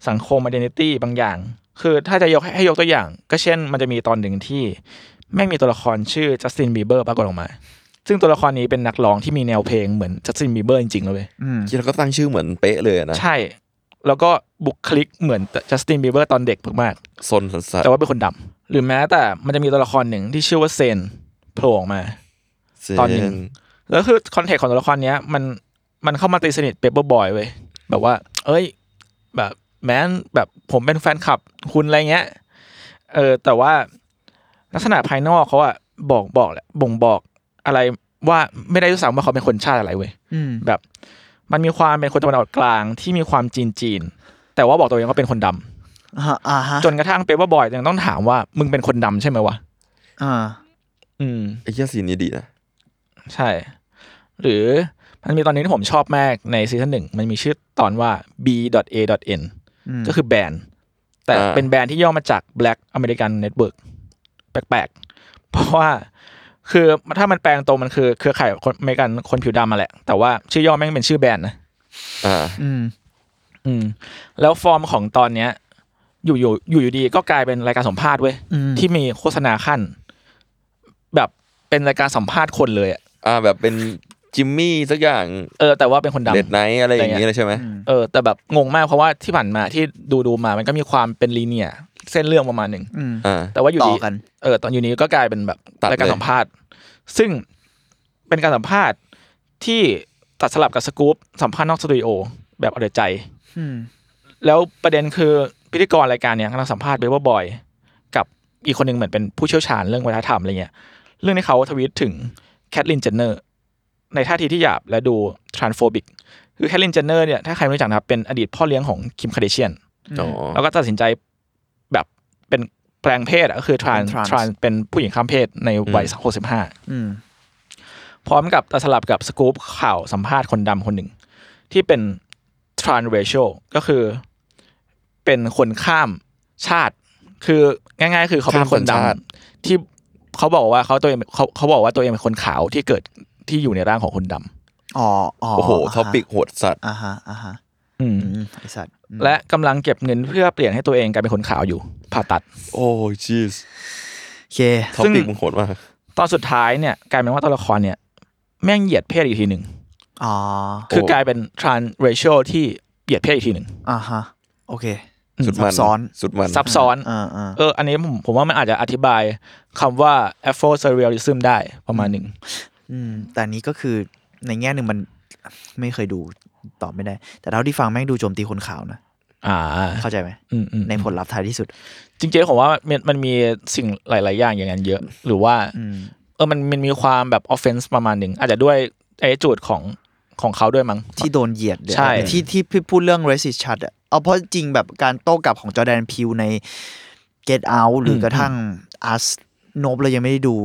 S4: สังคม i d ด n ิตี้บางอย่าง คือถ้าจะยกให้ให้ยกตัวอย่าง ก็เช่นมันจะมีตอนหนึ่งที่ แม่งมีตัวละครชื่อจัสตินบีเบอร์ปรากฏออกมา ซึ่งตัวละครนี้เป็นนักร้องที่มีแนวเพลงเหมือนจัสตินบีเบอร์จริงๆเลยเว้ย
S2: อืม
S3: คิดแล้วก็ตั้งชื่อเหมือนเป๊ะเลยอะนะ
S4: ใช่ แล้วก็บุคลิกเหมือนจัสตินบีเบอร์ตอนเด็กมาก
S3: ซนสัส
S4: ๆแต่ว่าเป็นคนดำหรือแม้แต่มันจะมีตัวละครหนึ่งที่ชื่อว่าเซนโผล่ออกมา
S3: ๆ
S4: ตอนหนึ่ง
S3: เซ
S4: แล้วคือคอนเทกต์ของตัวละครเนี้ยมันมันเข้ามาตีสนิทเปเปอร์บอยเว้ยแบบว่า เอ้ย แบบแม้นแบบผมเป็นแฟนคลับคุณอะไรเงี้ยเออแต่ว่าลักษณะภายนอกเขาอะบอกบอกแหละบ่งบอกอะไรว่าไม่ได้รู้สึกว่าเขาเป็นคนชาติอะไรเว้ย
S2: อืม
S4: แบบ มันมีความเป็นคนตะวันออกกลางที่มีความจีนจีนๆแต่ว่าบอกตัวเองว่าเป็นคนดำ
S2: อ่าอ่าฮะ
S4: จนกระทั่งเปเปอร์บอยยังต้องถามว่ามึงเป็นคนดำใช่ไหมวะ
S2: อ่า
S4: อืม
S3: ไอ้เหี้ยซีนนี้ดีนะ
S4: ใช่ หรือมันมีตอนหนึงที่ผมชอบมากในซีซั่นหนึ่งมันมีชื่อตอนว่า b.a.n
S2: ม
S4: ก็คือแบรนด์แต่
S3: อ่า
S4: เป็นแบรนด์ที่ย่อมาจาก Black American Network แปลกๆ เพราะว่าคือถ้ามันแปลงตรงมันคือเครือข่ายคนอเมริกันคนผิวดำมาแหละ แต่ว่าชื่อย่อแม่งเป็นชื่อแบรนด์นะ
S3: อ่า
S2: อืม
S4: อืม แล้วฟอร์มของตอนเนี้ย อยู่อยู่อยู่อยู่ดีก็กลายเป็นรายการสัมภาษณ์เว้ย
S2: อืม
S4: ที่มีโฆษณาขั้น แบบเป็นรายการสัมภาษณ์คนเลยอะ
S3: อ่าแบบเป็นจิมมี่สักอย่าง
S4: เออแต่ว่าเป็นคนดำ
S3: เด็ดไนท์อะไรอย่างนี้เลยใช่ไหม
S4: เออแต่แบบงงมากเพราะว่าที่ผ่านมาที่ดูดูมามันก็มีความเป็นลีเนียร์เส้นเรื่องประมาณหนึ่ง
S2: อืม
S3: อ่า
S4: แต่ว่าอยู่
S2: ต่อ
S4: ดี
S2: กัน
S4: เออตอนอยู่นี้ก็กลายเป็นแบบ
S3: ตัดเลย
S4: รายการสัมภาษณ์ ซึ่งเป็นการสัมภาษณ์ที่ตัดสลับกับสกู๊ปสัมภาษณ์นอกสตูดิโอแบบเอาแต่ใจ
S2: อืม
S4: แล้วประเด็นคือพิธีกรรายการเนี้ยกำลังสัมภาษณ์เบเบอร์บอยกับอีกคนหนึ่งเหมือนเป็นผู้เชี่ยวชาญเรื่องวัฒนธรรมอะไรเงี้ยเรื่องที่เขาทวีตถึงแคทลินเจนเนอร์ในท่าทีที่หยาบและดูทรานโฟบิกคือแคทลินเจนเนอร์เนี่ยถ้าใครไม่รู้จักนะครับเป็นอดีตพ่อเลี้ยงของคิมคาเดเชียน
S3: อ๋อ
S4: แล้วก็ตัดสินใจแบบเป็นแปลงเพศอะก็คือทรานทรานเป็นผู้หญิงข้ามเพศในวัยหกสิบห้า
S2: อืม
S4: พร้อมกับตัดสลับกับสกู๊ปข่าวสัมภาษณ์คนดำคนหนึ่ง ที่เป็น transracial ก็คือเป็นคนข้ามชาติ คือง่ายๆ คือเขาเป็นคนดำ
S3: ข้ามสัญชาติ
S4: ที่เขาบอกว่าเขาตัวเองเขาเขาบอกว่าตัวเองเป็นคนขาวที่เกิดที่อยู่ในร่างของคนดำ
S2: อ๋ออ๋อ
S3: โอ้โหท็อปิกโหดสัตว์
S2: อ่าฮะอ่าฮะ
S4: อืม
S2: อืมไอสัตว์อืม
S4: และกำลังเก็บเงินเพื่อเปลี่ยนให้ตัวเองกลายเป็นคนขาวอยู่ผ่าตัด
S3: โอ้ยชีส
S2: โอเค
S3: ท็อปิกมึงโหดมาก
S4: ตอนสุดท้ายเนี่ยกลายเป็นว่าตัวละครเนี่ย แม่งเหยียดเพศอีกทีหนึ่ง
S2: อ๋อ
S4: คือกลายเป็น transracial ที่เหยียดเพศอีกทีหนึ่ง
S2: อ่าฮะ โอเค
S3: สุดมัน
S2: ซับซ้อน
S3: สุดมัน
S4: ซับซ้อน
S2: อ่าอ่า
S4: เออ อันนี้ผมผมว่ามันอาจจะอธิบายคำว่า afro surrealism ได้ประมาณหนึ่ง
S2: อืม แต่อันนี้ก็คือในแง่หนึ่งมันไม่เคยดูตอบไม่ได้ แต่เท่าที่ฟังแม่งดูโจมตีคนขาวนะ
S4: อ่า
S2: เข้าใจไหม
S4: อืมอืม
S2: ในผลลัพธ์ท้ายที่สุด
S4: จริงๆผมว่ามันมันมีสิ่งหลาย ๆ อย่างอย่างนั้นเยอะ หรือว่า
S2: อืม
S4: เออมันมันมีความแบบ offense ประมาณหนึ่ง อาจจะด้วยไอ้จูดของของเขาด้วยมั้ง
S2: ที่โดนเหยียดเดี๋ยว
S4: ใช่
S2: ที่ที่พี่พูดเรื่อง racist ชัดอะเอาเพราะจริงแบบการโต้กลับของจอร์แดนพิวใน get out หรือกระทั่ง us nope เรายังไม่ได้ดู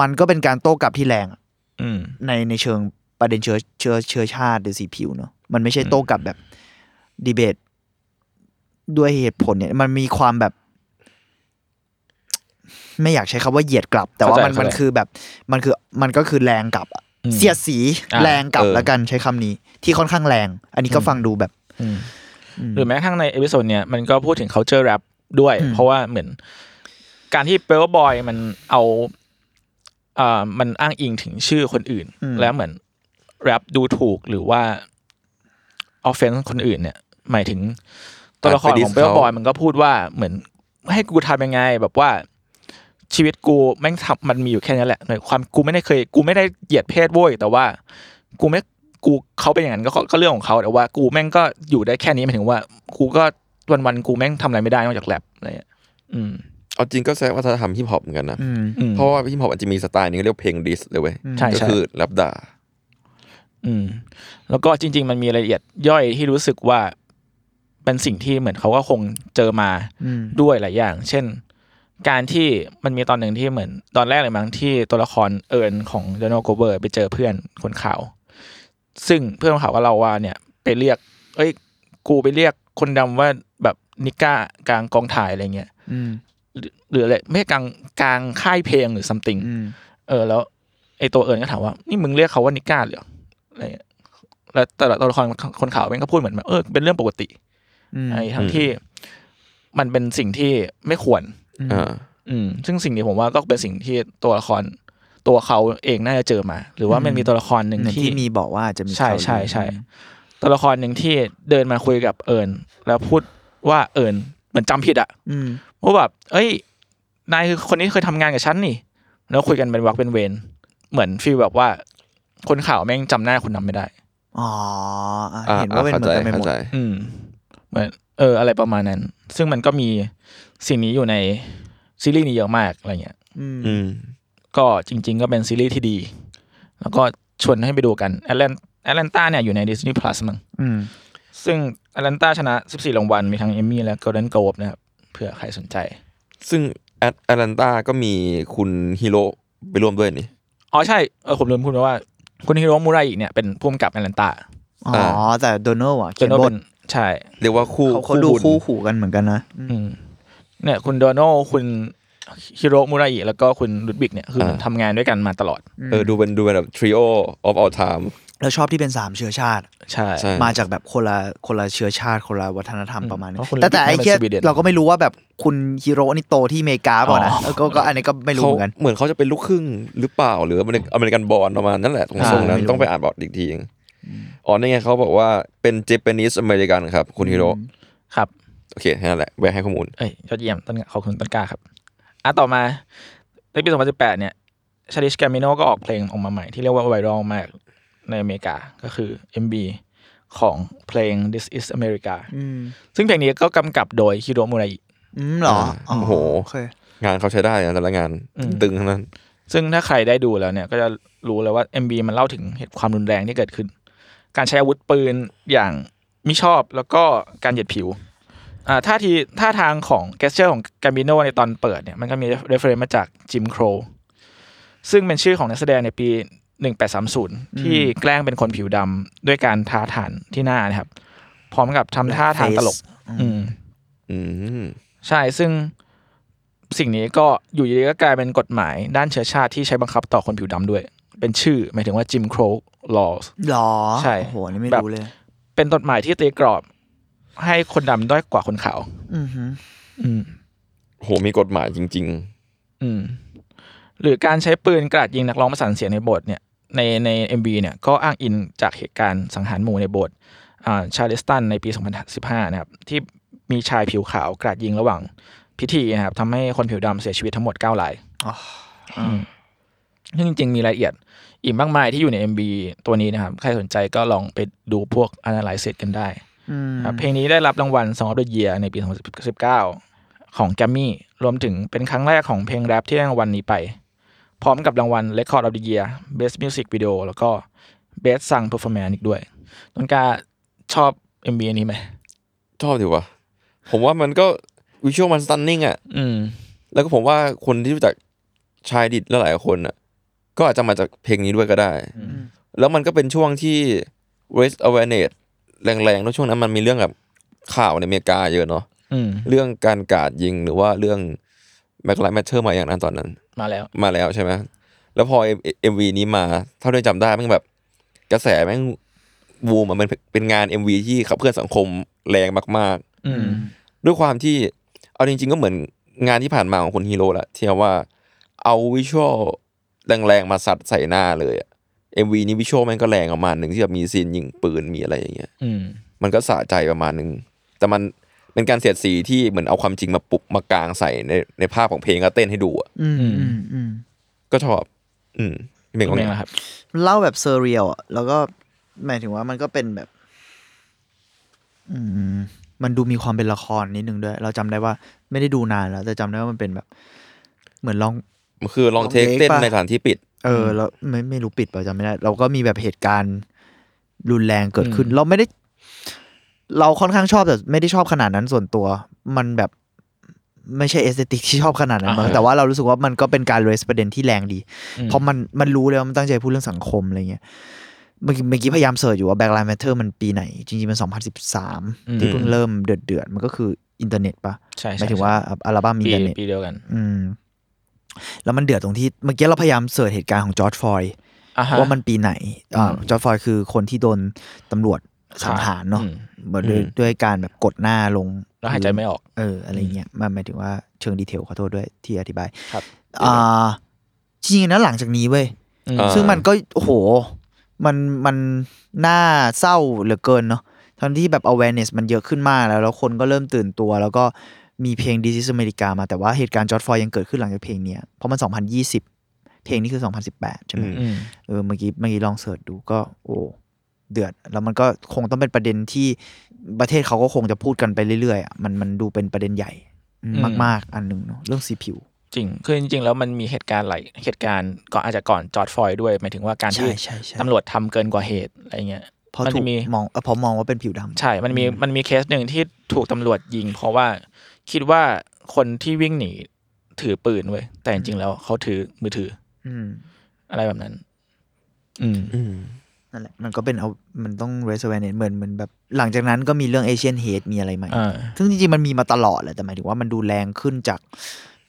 S2: มันก็เป็นการโต้กลับที่แรงอะ
S4: อืม
S2: ในในเชิงประเด็นเชื้อเชื้อเชื้อชาติหรือสีผิวเนอะมันไม่ใช่โต้กลับแบบดีเบต ด้วยเหตุผลเนี่ย มันมีความแบบ ไม่อยากใช้คำว่าเหยียดกลับ แต่ว่ามัน
S4: เข้าใจ
S2: มันคือแบบ มันคือมันก็คือแรงกลับอะ
S4: อืม
S2: เสียดสี
S4: อ่ะ
S2: แรงกลับ
S3: เออ
S2: แล้วกันใช้คำนี้ ที่ค่อนข้างแรง อันนี้ก็ฟังดูแบบ
S4: อืม หรือแม้กระทั่งในเอพิโซดเนี่ยมันก็พูดถึง culture rap ด้วย
S2: อืม
S4: เพราะว่าเหมือน การที่เปลบอยมันเอาเอ่อมันอ้างอิงถึงชื่อคนอื่น แล้วเหมือนแรปดูถูกหรือว่า offense คนอื่นเนี่ย หมายถึงตัวละครของ
S3: ไป
S4: เปล
S3: diss เขา
S4: บอยมันก็พูดว่าเหมือนให้กูทำยังไง แบบว่าชีวิตกูแม่งทำมันมีอยู่แค่นั้นแหละหน่อยความกูไม่ได้เคย กูไม่ได้เหยียดเพศโว้ยแต่ว่า กูไม่กูเขาเป็นอย่างนั้นก็ก็เรื่องของเขาแต่ว่า กูแม่งก็อยู่ได้แค่นี้หมายถึงว่า กูก็วันวันๆกูแม่งทำอะไรไม่ได้นอกจากแรปอะไรเงี้ยอืม
S3: เอาจริงก็แซะวัฒนธรรมฮิปฮอปเหมือนกันนะ
S2: อืม
S4: อืม
S3: เพราะว่าฮิปฮอปมันจะมีสไตล์หนึงเรียกว่าเพลงดิสเลยเว้ย
S4: ใช่ใช่
S3: ก็คือแรปด่า
S4: อืมแล้วก็จริง ๆ มันมีรายละเอียดย่อยที่รู้สึกว่าเป็นสิ่งที่เหมือนเขาก็คงเจอมา
S2: อืม
S4: ด้วยหลายอย่าง เช่น การที่มันมีตอนหนึ่งที่เหมือน ตอนแรกเลยมั้งที่ตัวละครเอิร์นของเดนโนโกเบอร์ ไปเจอเพื่อนคนขาว ซึ่งเพื่อนคนขาวก็เล่าว่าเนี่ย ไปเรียก เอ้ย กูไปเรียกคนดำว่าแบบนิก้ากลางกองถ่ายอะไรเงี้ย
S2: อืม
S4: หรือหรืออะไรไม่กลางกลางค่ายเพลงหรือ something
S2: อืม
S4: เออแล้วไอตัวเอิญก็ถามว่า นี่มึงเรียกเขาว่านิก้าเหรออะไรเงี้ยแล้วแต่ละตัวละครคนขาวเองก็พูดเหมือนแบบเออเป็นเรื่องปกติ
S2: อืม
S4: ไอทั้งที่มันเป็นสิ่งที่ไม่ควร
S3: อ่า
S4: อืม ซึ่งสิ่งนี้ผมว่าก็เป็นสิ่งที่ตัวละครตัวเขาเองน่าจะเจอมา หรือว่ามันมีตัวละครหนึ่ง
S2: เหมือน
S4: ที่
S2: ที่มีบอกว่าจะมี
S4: ใช่
S2: ข่าวลือ
S4: ใช่ใช่ตัวละครหนึ่งที่เดินมาคุยกับเอิญแล้วพูดว่าเอิญเหมือนจำผิดอะ
S2: อืม
S4: ว่าแบบ เอ้ย นายคือคนนี้เคยทำงานกับฉันนี่ แล้วคุยกันเป็นวักเป็นเวร เหมือนฟีลแบบว่า คนข่าวแม่งจำหน้าคนนั้นไม่ได้
S2: อ๋ออ่ะ
S3: อ่า
S2: เห็นว่าเป็น
S3: เข้า
S2: เหมือน
S3: ใจ
S2: กันไปหม
S3: เข้า
S2: ด
S3: ใจ
S4: อืม เหมือนเออ อะไรประมาณนั้น ซึ่งมันก็มีสิ่งนี้อยู่ในซีรีส์นี้เยอะมากอะไรเงี้ย
S2: อืม
S3: อืม
S4: ก็จริง ๆ ก็เป็นซีรีส์ที่ดี แล้วก็ชวนให้ไปดูกันแอตแลนแอตแลนตาเนี่ยอยู่ใน Disney Plus มั้ง
S2: อืม
S4: ซึ่งแอตแลนตาชนะ 14รางวัลมีทั้งเอมมี่และ Golden Globe นะครับเผื่อใครสนใจ
S3: ซึ่งแอตแลนตาก็มีคุณฮิโร่ไปร่วมด้วยนี่
S4: อ๋อใช่ เออผมลืมพูดไปว่า คุณฮิโรมูราอิเนี่ยเป็นผู้กำกับแอตแลนตา
S2: อ๋อแต่โดนัลด์อ่ะ
S4: จ
S2: เขีย
S4: น
S2: น
S4: ว่า
S2: บ
S4: เป็
S2: ท
S4: นใช่
S3: เรียกว่าคู่
S2: เขาเขาดู
S3: บุญ
S2: คู่หูกันเหมือนกันนะ
S4: อืมเนี่ยคุณโดนัลคุณฮิโรมูราอิแล้วก็คุณลุดบิกเนี่ยคืออา ทำงานด้วยกันมาตลอด
S3: เออดูเป็นดูเป็นแบบทริโอออฟออลไทม์
S2: แล้วชอบที่เป็นสามเชื้อชาติ
S4: ใช่
S3: ใช่
S2: มาจากแบบคนละคนละเชื้อชาติคนละวัฒนธรรม
S4: อืม
S2: ประมาณนี้
S4: เพราะคุณ
S2: แต่แต่ไอ้เคีย
S4: เป็นสวีเดน
S2: เราก็ไม่รู้ว่าแบบคุณฮิโร่นี่โตที่อเมริกาเปล่านะ
S4: อ๋อ
S2: เออก็ก็อันนี้ก็ไม่รู้
S3: เขา
S2: เหมือนกัน
S3: เหมือนเขาจะเป็นลูกครึ่งหรือเปล่าหรืออเมริกอเมริกันบอลประมาณนั่นแหละตรง
S2: อ่า
S3: ทรงนั้
S2: ไม่
S3: น
S2: รู้
S3: ต้องไปอ่านบอร์ดอีกทีเองอ๋อนี่ไงเขาบอกว่าเป็นเจแปนิสอเมริกันครับ คุณฮิโร่
S4: ครับ
S3: โอเคนั่นแหละแวะให้ข้อมูล
S4: เอ้ยยอดเยี่ยมต้นขอบคุณต้นกล้าครับอ่ะต่อมาในปี 2018 เนี่ยชาลิชแกมิโนก็ออกเพลงออกมาใหม่ที่เรียกว่าไวรัลมากในอเมริกาก็คือ MB ของเพลง This Is America
S2: อืม
S4: ซึ่งเพลงนี้ก็กำกับโดยฮิโรมูราอิ
S2: อืมเหรอ
S3: โอ้โห
S2: เค
S3: งานเขาใช้ได้นะแต่ละงาน
S4: อืม
S3: ตึงทั้งนั้น
S4: ซึ่งถ้าใครได้ดูแล้วเนี่ยก็จะรู้แล้วว่า MB มันเล่าถึงเหตุความรุนแรงที่เกิดขึ้น การใช้อาวุธปืนอย่างมิชอบแล้วก็การเหยียดผิวอ่าท่าทีท่าทางของแกสเชอร์ของกามิโนในตอนเปิดเนี่ยมันก็มีเรฟเฟรนมาจากจิมโคร ซึ่งเป็นชื่อของนักแสดงในปี 1830 ที่แกล้งเป็นคนผิวดำด้วยการทาฐานที่หน้านะครับ พร้อมกับทำท่าทางตลก อืม
S3: อืม
S4: ใช่ ซึ่งสิ่งนี้ก็อยู่ดีๆก็กลายเป็นกฎหมายด้านเชื้อชาติที่ใช้บังคับต่อคนผิวดำด้วย เป็นชื่อหมายถึงว่า Jim Crow laws
S2: หรอ
S4: ใช่
S2: โอ้โหอันนี่ไม่
S4: แบบ
S2: รู้เลย
S4: เป็นกฎหมายที่ตีกรอบ ให้คนดำด้อยกว่าคนขาว
S2: อือหือ
S4: อืม
S3: โหมีกฎหมายจริง
S4: อืม หรือการใช้ปืนกราดยิงนักร้องประสานเสียงในโบสถ์เนี่ย ในใน MV เนี่ยก็อ้างอิงจากเหตุการณ์สังหารหมู่ในโบสถ์อ่าชาร์ลสตันในปี 2015 นะครับ ที่มีชายผิวขาวกราดยิงระหว่างพิธีนะครับทำให้คนผิวดำเสียชีวิตทั้งหมด9ราย
S2: อ๋อ
S4: ซึ่งจริงๆ มีรายละเอียดอีกมากมายที่อยู่ใน MB ตัวนี้นะครับ ใครสนใจก็ลองไปดูพวก analysis กันได้
S2: อืม
S4: ครับเพลงนี้ได้รับรางวัล Song of the Year ในปี 2019 ของแกมมี่ รวมถึงเป็นครั้งแรกของเพลงแรปที่ได้รางวัลนี้ไป พร้อมกับรางวัล Record of the Year Best Music Video แล้วก็ Best Song Performance อีกด้วยต้นกล้าชอบ MB อันนี้ไหม
S3: ๆ ชอบดีว่ะผมว่ามันก็วิชวลมันสตันนิ่งอ่ะ
S4: อืม
S3: แล้วก็ผมว่าคนที่รู้จักชายดิดหลายๆคนอ่ะ ก็อาจจะมาจากเพลงนี้ด้วยก็ได้ แล้วมันก็เป็นช่วงที่ raise awareness แรงๆแล้วช่วงนั้นมันมีเรื่องกับข่าวในอเมริกาเยอะเนาะ
S4: อืม
S3: เรื่องการกราดยิงหรือว่าเรื่องแม็กไลแมทเชอร์มาอย่างนั้นตอนนั้น
S4: มาแล้ว
S3: มาแล้วใช่ไหม แล้วพอเอ็มวีนี้มา เท่าที่จำได้แม่งแบบ กระแสแม่งบูมอะมันเป็นเป็นงาน MV ที่ขับเคลื่อนสังคมแรงมาก
S4: อืม
S3: ๆ ด้วยความที่เอาจริง ๆ ก็เหมือนงานที่ผ่านมาของคนฮีโร่แหละที่ว่าเอาวิชวลแรงๆ มาสัดใส่หน้าเลยอะ MV นี้วิชวลแม่งก็แรงประมาณหนึ่งที่แบบมีซีนยิงปืนมีอะไรอย่างเงี้ย
S4: อืม
S3: มันก็สะใจประมาณนึง แต่มันเป็นการเสียดสีที่เหมือนเอาความจริงมาปุบมากลางใส่ในในภาพของเพลงก็เต้นให้ดูอะ
S2: อืมอืมอืม
S3: ก็ชอบ อืมเพลงของ
S4: เพล
S3: เนี่
S4: ง
S3: ย
S4: อะไรครับ
S2: เล่าแบบเซอร์เรียลอ่ะ แล้วก็หมายถึงว่ามันก็เป็นแบบ อืม มันดูมีความเป็นละครนิดนึงด้วย เราจำได้ว่าไม่ได้ดูนานแล้ว แต่จำได้ว่ามันเป็นแบบ เหมือนลอง
S3: มันคือลองเทค
S2: ลองเทค
S3: เต้น
S2: ปะ
S3: ในสถานที่ปิด
S2: เออเราไม่ไม่รู้ปิดเปล่าจำไม่ได้ เราก็มีแบบเหตุการณ์รุนแรงเกิดขึ้น
S4: อืม
S2: เราไม่ได้ เราค่อนข้างชอบแต่ไม่ได้ชอบขนาดนั้นส่วนตัว มันแบบไม่ใช่เอสเตติกที่ชอบขนาดนั้นมั้งแต่ว่าเรารู้สึกว่ามันก็เป็นการเรสประเด็นที่แรงดี เพราะมันมันรู้เลยว่ามันตั้งใจพูดเรื่องสังคมอะไรเงี้ยเมื่อกี้เมื่อกี้พยายามเสิร์ชอยู่ว่าแบ็คไลน์แมทเทอร์มันปีไหน จริงๆ มัน 2013 ที่เพิ่งเริ่มเดือดเดือดๆมันก็คืออินเทอร์เน็ตปะ
S4: ใช่
S2: ห
S4: ใช่
S2: มายถึงว่าอัลบั้มอิ
S4: ปี
S2: นเทอร์เน็ต
S4: ปีเดียวกัน
S2: อืม แล้วมันเดือดตรงที่เมื่อกี้เราพยายามเสิร์ชเหตุการณ์ของจอร์ดฟลอยด์
S4: อ่ะฮะ
S2: ว่ามันปีไหนอ่าจอร์ดฟลอยด์คือคนที่โดนตำรวจสังหารเนาะ
S4: อืม
S2: เหมือนด้วยด้วยการแบบกดหน้าลง
S4: แล้วหายใจไม่ออก
S2: เออ อะไรเงี้ยมันหมายถึงว่าเชิงดีเทลขอโทษด้วยที่อธิบาย
S4: ครับ
S2: อ่าจริงๆนะหลังจากนี้เว้ย
S4: อืม
S3: อ่า
S2: ซึ่งมันก็โอ้โห มันมันน่าเศร้าเหลือเกินเนาะทั้งที่แบบ awareness มันเยอะขึ้นมากแล้ว แล้วคนก็เริ่มตื่นตัว แล้วก็มีเพลง d i s i s America มาแต่ว่าเหตุการณ์จอร์ดฟอยยังเกิดขึ้นหลังจากเพลงเนี้ยเพราะมัน 2020 เพลงนี้คือ 2018 ใช่ไหม
S3: อืม
S4: อืม
S2: เออเมื่อกี้เมื่อกี้ลองเสิร์ชดูก็ โอ้เดือด แล้วมันก็คงต้องเป็นประเด็นที่ประเทศเขาก็คงจะพูดกันไปเรื่อยๆอ่ะมันมันดูเป็นประเด็นใหญ่อืม
S4: อืม
S2: มากๆ อันหนึ่งเนาะเรื่องสีผิว
S4: จริง คือจริง ๆ แล้วมันมีเหตุการณ์หลายเหตุการณ์ก่อนอาจจะก่อนจอร์ดฟลอยด์ด้วย หมายถึงว่าการที่
S2: ใช่ใช่ใช่
S4: ตำรวจทำเกินกว่าเหตุอะไรเงี้ย
S2: เพราะ
S4: มั
S2: ถู
S4: จะ
S2: ก
S4: มี
S2: มองเอ่อเพราะมองว่าเป็นผิวดำ
S4: ใช่ มันมีมันมีเคสหนึ่งที่ถูกตำรวจยิง เพราะว่าคิดว่าคนที่วิ่งหนีถือปืนเว้ยแต่จริงๆแล้วเขาถือมือถือ
S2: อืม
S4: อะไรแบบนั้น อืม
S3: อืม
S2: นั่นแหละมันก็เป็นเอา มันต้อง r e s o n a t e เหมือนเหมือนแบบ หลังจากนั้นก็มีเรื่อง Asian hate มีอะไรใหม่
S4: อ่า
S2: ซึ่งจริงๆ มันมีมาตลอดแหละ แต่หมายถึงว่ามันดูแรงขึ้นจาก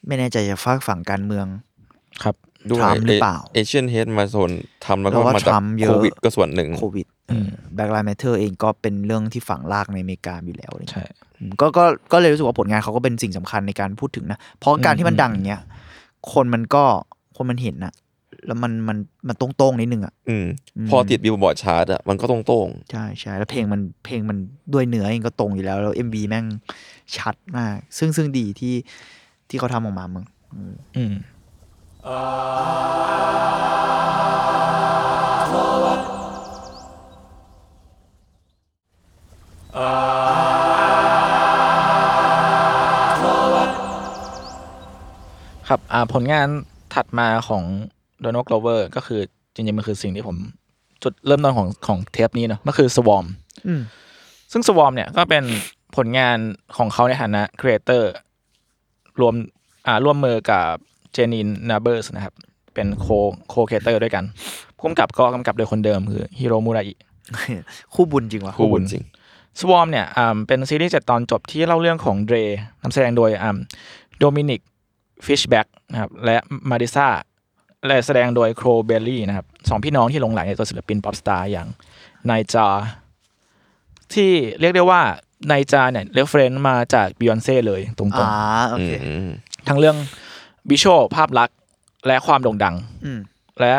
S2: ไม่แน่ใจจะฝากฝั่งการเมือง
S4: ครับ
S2: ทรัมป์หรือเปล่า
S3: เอเชียนเฮดมาโซนทำแล้วก็
S2: เราว่า
S3: มาจา
S2: ท
S3: ก
S2: รัมป์เยอะ
S3: โควิดก็ส่วนหนึ่ง
S2: โควิดแบ็กไลน์แมทเทอร์เองก็เป็นเรื่องที่ฝังลากในอเมริกาอยู่แล้วอะไรเงี้ย
S4: ใช่
S2: อืมก็ก็ก็เลยรู้สึกว่าผลงานเขาก็เป็นสิ่งสำคัญในการพูดถึงนะ เพราะการที่มันดังอย่างเงี้ย คนมันก็คนมันเห็นนะแล้วมันมันมันตรงๆนิดนึงอ่ะ
S3: อืม
S2: อืม
S3: พอติดบิลบอร์ดชาร์ตอ่ะมันก็ตรง
S2: ใช่ใช่แล้วเพลงมันเพลงมันด้วยเนื้อเองก็ตรงอยู่แล้ว แล้ว MV แม่งชัดมาก ซึ่งซึ่งดีที่ที่เขาทำออกมามึง
S4: อืม ครับอ่าผลงานถัดมาของโดนัลโกลเวอร์ก็คือจริงๆมันคือสิ่งที่ผมจุดเริ่มต้นของของเทปนี้เนอะมันคือสวอม
S2: อืม
S4: ซึ่งสวอมเนี่ยก็เป็นผลงานของเขาในฐานะครีเอเตอร์รวมอ่าร่วมมือกับเจนินนาเบอร์สนะครับ เป็นโคโคเคเตอร์ด้วยกันผู้กำกับก็กำกับโดยคนเดิมคือฮิโรมูราอิ
S2: คู่บุญจริงวะ
S4: คู่บุญ
S3: จริง
S4: สวอมเนี่ยอ่าเป็นซีรีส์เจ็ดตอนจบที่เล่าเรื่องของเดรนำแสดงโดยอ่าโดมินิกฟิชแบ็กนะครับและมาริซาและแสดงโดยโครเบลลี่นะครับสองพี่น้องที่หลงไหลในตัวศิลปินป๊อปสตาร์อย่างนายจา ที่เรียกได้ว่านายจาเนี่ยเรฟเฟรนมาจากบิยอนเซ่เลยตรง
S2: อ่าโอ
S3: อื
S2: เค
S3: ม
S4: ๆ ทั้งเรื่องบิช p ภาพลักษณ์และความโด่งดัง
S2: อืม
S4: และ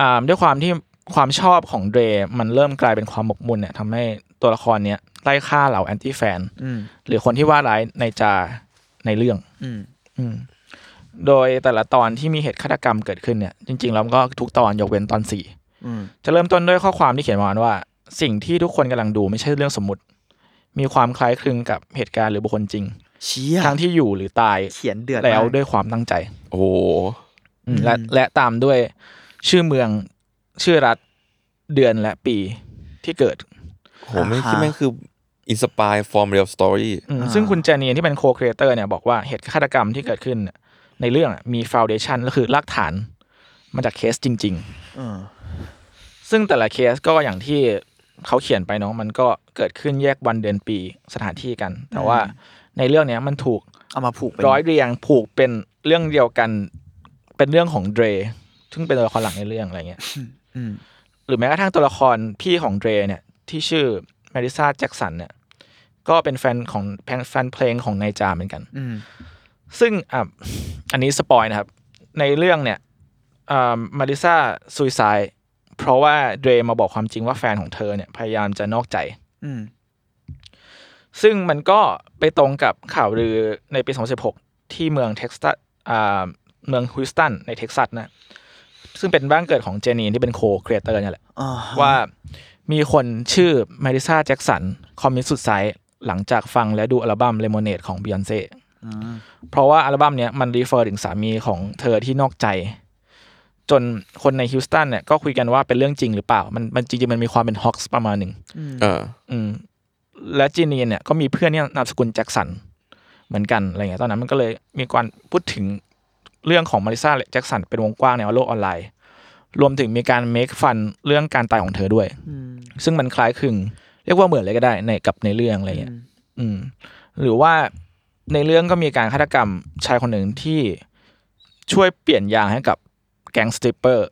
S4: อ่าด้วยความที่ความชอบของเดรมันเริ่มกลายเป็นความหมกมุ่นเนี่ยทำให้ตัวละครเนี้ยไล่ฆ่าเหล่าแอนตี้แฟน
S2: อืม
S4: หรือคนที่ว่าร้ายในจาในเรื่อง
S2: อืม
S4: อืมโดยแต่ละตอนที่มีเหตุฆาตกรรมเกิดขึ้นเนี่ย จริง ๆ แล้วมันก็ทุกตอนยกเว้นตอนสี่
S2: อืม
S4: จะเริ่มต้นด้วยข้อความที่เขียนประมาณว่า สิ่งที่ทุกคนกำลังดูไม่ใช่เรื่องสมมติ มีความคล้ายคลึงกับเหตุการณ์หรือบุคคลจริง
S2: เชี่ย
S4: ทั้งที่อยู่หรือตาย
S2: เขียนเดือด
S4: แล้ว
S2: มาก
S4: ด้วยความตั้งใจ
S3: โอ้โห
S4: อืมและ
S2: อืม
S4: และตามด้วยชื่อเมืองชื่อรัฐเดือนและปีที่เกิด
S3: โหแม่งที่แม่งคืออินสปายฟอร์มเรียลสตอรี่
S4: อืมซึ่งคุณเจเนียนที่เป็นโคครีเอเตอร์เนี่ยบอกว่าเหตุฆาตกรรมที่เกิดขึ้นเนี่ยในเรื่องอะมีฟาวเดชันก็คือรากฐานมาจากเคสจริง
S2: เออ
S4: ๆ ซึ่งแต่ละเคสก็อย่างที่เขาเขียนไปเนาะมันก็เกิดขึ้นแยกวันเดือนปีสถานที่กัน แต่ว่าในเรื่องเนี้ยมันถูก
S2: เอามาผูกเป็น
S4: ร้อยเรียงผูกเป็นเรื่องเดียวกัน เป็นเรื่องของเดรซึ่งเป็นตัวละครหลักในเรื่องอะไรเงี้ยหรือแม้กระทั่งตัวละครพี่ของเดรเนี่ย ที่ชื่อมาริซาแจ็กสันเนี่ย ก็เป็นแฟนของแฟนแฟนเพลงของนายจาเหมือนกัน
S2: อืม
S4: ซึ่งอ่ะอันนี้สปอยนะครับ ในเรื่องเนี่ยอ่ามาริซาซุยไซเพราะว่าเดรมาบอกความจริงว่าแฟนของเธอเนี่ยพยายามจะนอกใจ
S2: อืม
S4: ซึ่งมันก็ไปตรงกับข่าวลือในปี 2016 ที่เมืองเท็กซัสอ่าเมืองฮิวสตันในเท็กซัสนะ ซึ่งเป็นบ้านเกิดของเจนีนที่เป็นโคครีเอเตอร์เนี่ยแหละ
S2: อ่า
S4: ว่ามีคนชื่อมาริซาแจ็กสันคอมมิตสุดไซส์หลังจากฟังและดูอัลบั้มเลมอนเ d e ของบิ y o นเซ่เพราะว่าอัลบั้มเนี้ยมันรีเฟอร์ถึงสามีของเธอที่นอกใจ จนคนในฮิวสตันเนี่ยก็คุยกันว่าเป็นเรื่องจริงหรือเปล่า มันมันจริงๆมันมีความเป็นฮอกส์ประมาณหนึ่ง
S3: เออ
S4: อืมและจีนีนเนี่ยก็มีเพื่อนเนี่ยนามสกุลแจ็คสันเหมือนกันอะไรเงี้ยตอนนั้นมันก็เลยมีการพูดถึงเรื่องของมาริซาและแจ็คสันเป็นวงกว้างในโลกออนไลน์ รวมถึงมีการเมคฟันเรื่องการตายของเธอด้วย ซึ่งมันคล้ายคลึง เรียกว่าเหมือนเลยก็ได้ในกับในเรื่องอะไรเงี้ยอืม หรือว่าในเรื่องก็มีการฆาตกรรมชายคนหนึ่งที่ช่วยเปลี่ยนยางให้กับแก๊งสติปเปอร์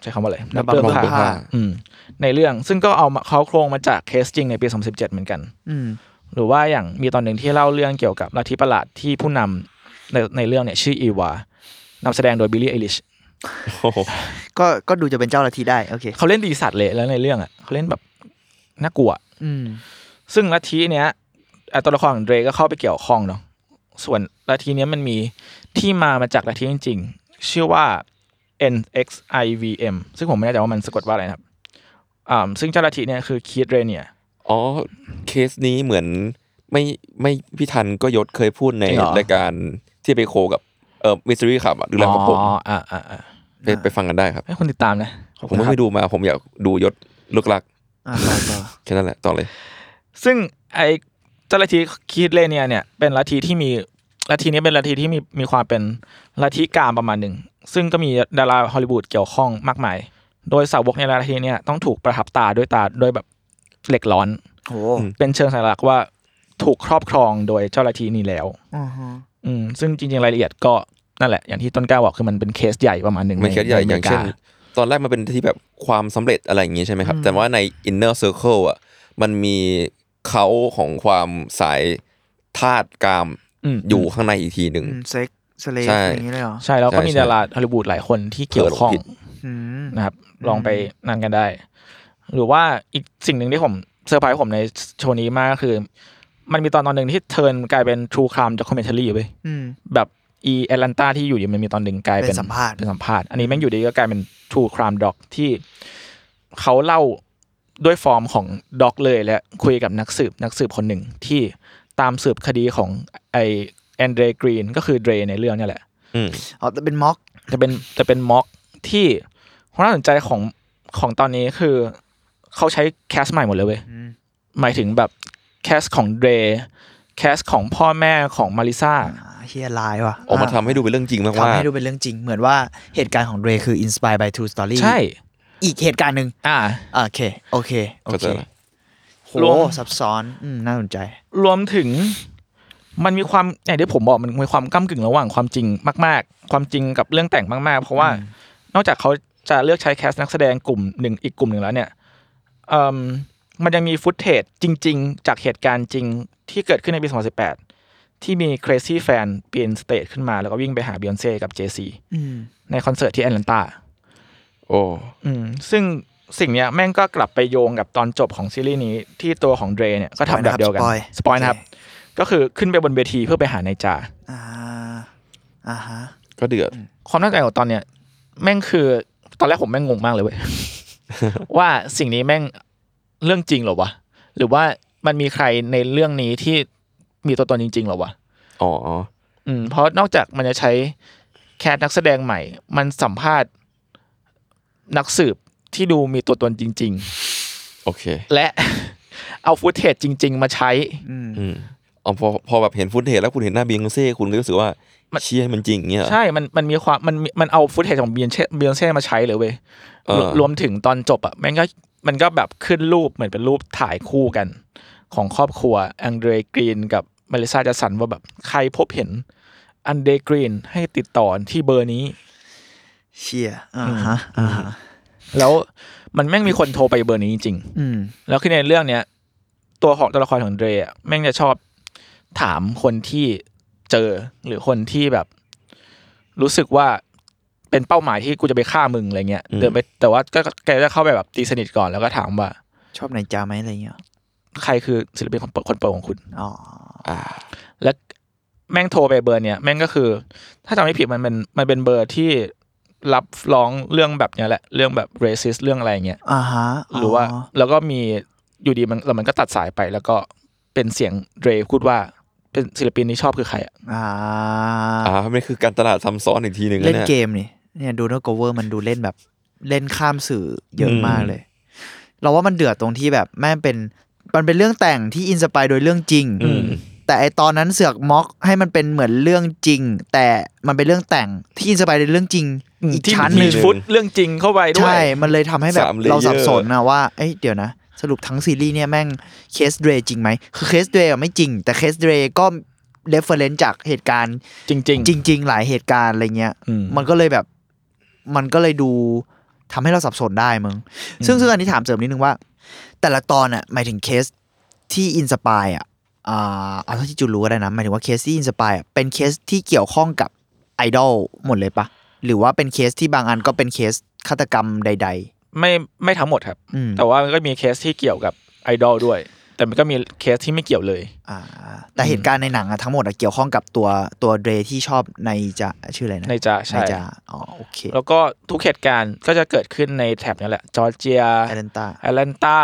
S4: ใช้คำว่าอะไรนักเปลือง
S3: มอง
S4: ผ้า
S3: เป็นผ้า
S4: อืมในเรื่องซึ่งก็เอามาเขาโครงมาจากเคสจริงในปี 2017 เหมือนกัน
S2: อืม
S4: หรือว่าอย่างมีตอนหนึ่งที่เล่าเรื่องเกี่ยวกับลัทธิประหลาดที่ผู้นำในในเรื่องเนี่ยชื่ออีวานำแสดงโดยบิลลี่ i อลิช
S3: โอ้โห
S2: ก็ ก็ดูจะเป็นเจ้าละทีได้ โอเค
S4: เขาเล่นดีสัตว์เลยแล้วในเรื่องอ่ะเขาเล่นแบบน่ากลัว
S2: อืม
S4: ซึ่งลัทธิเนี้ยอ่ะตัวละครของเดรก็เข้าไปเกี่ยวข้องเนาะส่วนลัทธิเนี้ยมันมีที่มามาจากลัทธิจริงๆ ชื่อว่า NXIVM ซึ่งผมไม่แน่ใจว่ามันสะกดว่าอะไรนะครับอ่าซึ่งเจ้าลัทธิเนี่ยคือคีดเรเนีย
S3: อ๋อเคสนี้เหมือนไม่ไม่พี่ทันก็ยศเคยพูดใน
S4: จริงเหรอ
S3: รายการที่ไปโคกับเอ่อมิสซิรี่ขับหรือแล้วกับผม
S4: อ๋ออ่าอ่าอ่า
S3: ไปไปฟังกันได้ครับ
S4: ให้คนติดตามนะขอบ
S3: ผ
S4: คุ
S3: ม
S4: ณ
S3: ไม่
S4: ครั
S3: ไป
S4: บ
S3: ดูมาผมอยากดูยศลึกลัก
S2: อ่าต่อต่อ
S3: แค่นั้นแหละต่อเลย
S4: ซึ่งไอเจ้าลัทธิคีดเลเนียเนี่ยเป็นลัทธิที่มีลัทธินี้เป็นลัทธิที่มีมีความเป็นลัทธิกามประมาณหนึ่ง ซึ่งก็มีดาราฮอลลีวูดเกี่ยวข้องมากมาย โดยสาวกในลัทธิเนี่ยต้องถูกประทับตาด้วยตาด้วยแบบเหล็กร้อน
S2: โห
S4: เป็นเชิงสัญลักษณ์ว่าถูกครอบครองโดยเจ้าลัทธินี้แล้ว
S2: อ่าฮะ
S4: อืมซึ่งจริงๆรายละเอียดก็นั่นแหละอย่างที่ต้นกล้าบอกคือมันเป็นเคสใหญ่ประมาณหนึ่ง
S3: มันเคสใหญ่อย่างเช่น
S4: อมริก
S3: ตอนแรกมันเป็นที่แบบความสำเร็จอะไรอย่างงี้ใช่ไหมครับ แต่ว่าใน inner circle อ่ะมันมีเขาของความสายธาตุกาม
S4: ม
S3: อยู่ข้างในอีกทีหนึ่ง
S2: อืมเซ็กสเลฟ
S3: ใช่
S2: อย่างนี้เลยเหรอ
S4: ใช่แล้วก็
S3: ใช่
S4: มี
S3: ใช่
S4: ดาราฮอลลีวูดหลายคนที่เกี่ยวข้อง
S3: เผลอหลงผิด
S2: อืม
S4: นะครับ ลองไปนั่นกันได้ หรือว่าอีกสิ่งหนึ่งที่ผมเซอร์ไพรส์ผมในโชว์นี้มากคือ มันมีตอนตอนหนึ่งที่เทิร์นกลายเป็น True Crime Documentary เว้ย
S2: อืม
S4: แบบอีแอตแลนตาที่อยู่ดีมันมีตอนหนึ่งกลายเป็น
S2: เป็นสัมภาษณ์
S4: เป็นสัมภาษณ์อันนี้แม่งอยู่ดีก็กลายเป็น True Crime Doc ที่เขาเล่าด้วยฟอร์มของด็อกเลยและคุยกับนักสืบนักสืบคนหนึ่งที่ตามสืบคดีของไอแอนเดรกรีนก็คือเดรในเรื่องเนี่ยแหละ
S3: อืม
S2: อ๋อแต่เป็นม็อก
S4: จะเป็นจะเป็นม็อกที่ความน่าสนใจของของตอนนี้คือเขาใช้แคสใหม่หมดเลยเว้ย
S2: อืม
S4: หมายถึงแบบแคสของเดรแคสของพ่อแม่ของมาริซา
S2: อ่า เฮียร้ายว่ะ
S3: ออกมาทำให้ดูเป็นเรื่องจริงมาก
S2: ทำ
S3: ว่า
S2: ให้ดูเป็นเรื่องจริง เหมือนว่าเหตุการณ์ของเดรคือ inspired by true story
S4: ใช่
S2: อีกเหตุการณ์หนึ่ง
S4: อ่า
S2: อ่ะโอเค โอเค โอ
S3: เข้า
S2: เค
S3: ใจละ
S2: โห
S4: รวม
S2: ซับซ้อนอืมน่าสนใจ
S4: รวมถึงมันมีความอย่างที่ผมบอกมันมีความก้ากึ่งระหว่างความจริงมาก ๆ ความจริงกับเรื่องแต่งมากๆ เพราะว่า นอกจากเขาจะเลือกใช้แคสต์นักแสดงกลุ่มหนึ่งอีกกลุ่มหนึ่งแล้วเนี่ยเอิ่มมันยังมีฟุตเทจจริง ๆ จากเหตุการณ์จริงที่เกิดขึ้นในปี 2018 ที่มี Crazy Fan เปลี่ยนสเตจขึ้นมาแล้วก็วิ่งไปหาบ e y อนเซ่กับเจซี
S2: อืม
S4: ในคอนเสิร์ตที่แอตแลนตา
S3: โอ้
S4: อืมซึ่งสิ่งเนี้ยแม่งก็กลับไปโยงกับตอนจบของซีรีส์นี้ที่ตัวของเดรเนี่ยก็ทำแบบเดียวกัน
S2: สปอยล์
S4: สปอยล์นะครับ
S2: โอเค
S4: ก็คือขึ้นไปบนเวทีเพื่อไปหานายจา
S2: อ่าอ่าฮะ
S3: ก็เดือด
S4: ความน่าสนใจของตอนเนี้ยแม่งคือตอนแรกผมแม่งงงมากเลย เว้ย ว่าสิ่งนี้แม่งเรื่องจริงเหรอวะ หรือว่ามันมีใครในเรื่องนี้ที่มีตัวตนจริง ๆเหรอวะ
S3: อ๋ออ๋อ
S4: อืมเพราะนอกจากมันจะใช้แคสนักแสดงใหม่ มันสัมภาษณ์นักสืบที่ดูมีตัวตนจริง ๆ
S3: โอเค
S4: และ เอาฟุตเทจจริง ๆ มาใช้
S3: อืมอ๋อพอพอแบบเห็นฟุตเทจแล้วคุณเห็นหน้าเบียงเซ่คุณก็รู้สึกว่าเชี่ยมันจริงเงี้ยเหรอ
S4: ใช่ มันมันมีความมันมีมันเอาฟุตเทจของเบียนเช่เบียนเช่มาใช้เลยเว้ย
S3: เออ
S4: รวรวมถึงตอนจบอ่ะแม่งก็มันก็แบบขึ้นรูปเหมือนเป็นรูปถ่ายคู่กัน ของครอบครัวแองเดรกรีนกับเมลิซาจัสันว่าแบบใครพบเห็นอันเดรกรีนให้ติดต่อที่เบอร์นี้
S2: เชียอ่าฮะ อ่าฮะ
S4: แล้วมันแม่งมีคนโทรไปเบอร์นี้จริง ๆ
S2: อืม
S4: แล้วคือในเรื่องเนี้ยตัวของตัวละครของเดรอะแม่งจะชอบถามคนที่เจอหรือคนที่แบบ รู้สึกว่าเป็นเป้าหมายที่กูจะไปฆ่ามึงอะไรเงี้ย
S3: อืม
S4: เดินไปแต่ว่าก็แกจะเข้าไปแบบตีสนิทก่อนแล้วก็ถามว่า
S2: ชอบนายจาไหมอะไรเงี้ย
S4: ใครคือศิลปินคนโปรดคนโปรดของคุณ
S2: อ๋อ
S3: อ่า
S4: และแม่งโทรไปเบอร์เนี้ยแม่งก็คือ ถ้าจำไม่ผิดมันเป็นมันเป็นเบอร์ที่รับร้องเรื่องแบบเนี้ยแหละเรื่องแบบเรสิสเรื่องอะไรเงี้ย
S2: อ่าฮะ
S4: หรือว่าแล้วก็มีอยู่ดีมันแล้วมันก็ตัดสายไป แล้วก็เป็นเสียงเดรพูดว่าเป็นศิลปินที่ชอบคือใครอะ
S2: อ่า
S3: อ่ามันคือการตลาดซ้ำซ้อนอีกทีหนึ่งะ
S2: เล่น
S3: ย
S2: เกมนี่เนี่ยดูนโกเวอร์มันดูเล่นแบบเล่นข้ามสื่อเยอะ
S3: อืม
S2: มากเลย เราว่ามันเดือดตรงที่แบบแม่งเป็นมันเป็นเรื่องแต่งที่อินสปายโดยเรื่องจริง
S3: อืม
S2: แต่ไอตอนนั้นเสือกม็อกให้มันเป็นเหมือนเรื่องจริง แต่มันเป็นเรื่องแต่งที่อินสปายโดยเรื่องจริง อีก
S4: ที่
S2: ชั้นห
S4: มี
S2: นึ่ง
S4: ฟุตเรื่องจริงเข้าไปด้วย
S2: ใช่ มันเลยทำให้แบบ
S3: สามเลเยอร์
S2: เราสับสนนะว่าเอ้ยเดี๋ยวนะ สรุปทั้งซีรีส์เนี่ยแม่งเคสเดรจริงไหมคือเคสเดรไม่จริง แต่เคสเดรก็เรฟเฟอเรนซ์จากเหตุการณ์
S4: จริงจริง
S2: จริง ๆ หลายเหตุการณ์อะไรเงี้ย
S4: อืม
S2: มันก็เลยแบบ มันก็เลยดูทำให้เราสับสนได้มึง ซึ่งซึ่งอันนี้ถามเสริมนิดนึงว่า แต่ละตอนอ่ะหมายถึงเคสที่อินสปายอ่ะอ่าเอาเท่าที่จูรู้ก็ได้นะ หมายถึงว่าเคสที่อินสปายอ่ะเป็นเคสที่เกี่ยวข้องกับไอดอลหมดเลยปะ หรือว่าเป็นเคสที่บางอันก็เป็นเคสฆาตกรรมใด
S4: ไม่ไม่ทั้งหมดครับ
S2: อืม
S4: แต่ว่ามันก็มีเคสที่เกี่ยวกับไอดอลด้วย แต่มันก็มีเคสที่ไม่เกี่ยวเลย
S2: ๆ อ่า แต่เหตุการณ์ในหนังอ่ะทั้งหมดอ่ะเกี่ยวข้องกับตัวตัวเดรที่ชอบในจะชื่ออะไรนะ
S4: ในจะใช่
S2: ในจะอ๋อโอเค
S4: แล้วก็ทุกเหตุการณ์ก็จะเกิดขึ้นในแถบนี้แหละจอร์เจีย
S2: แอตแลนตา
S4: แอตแลนตา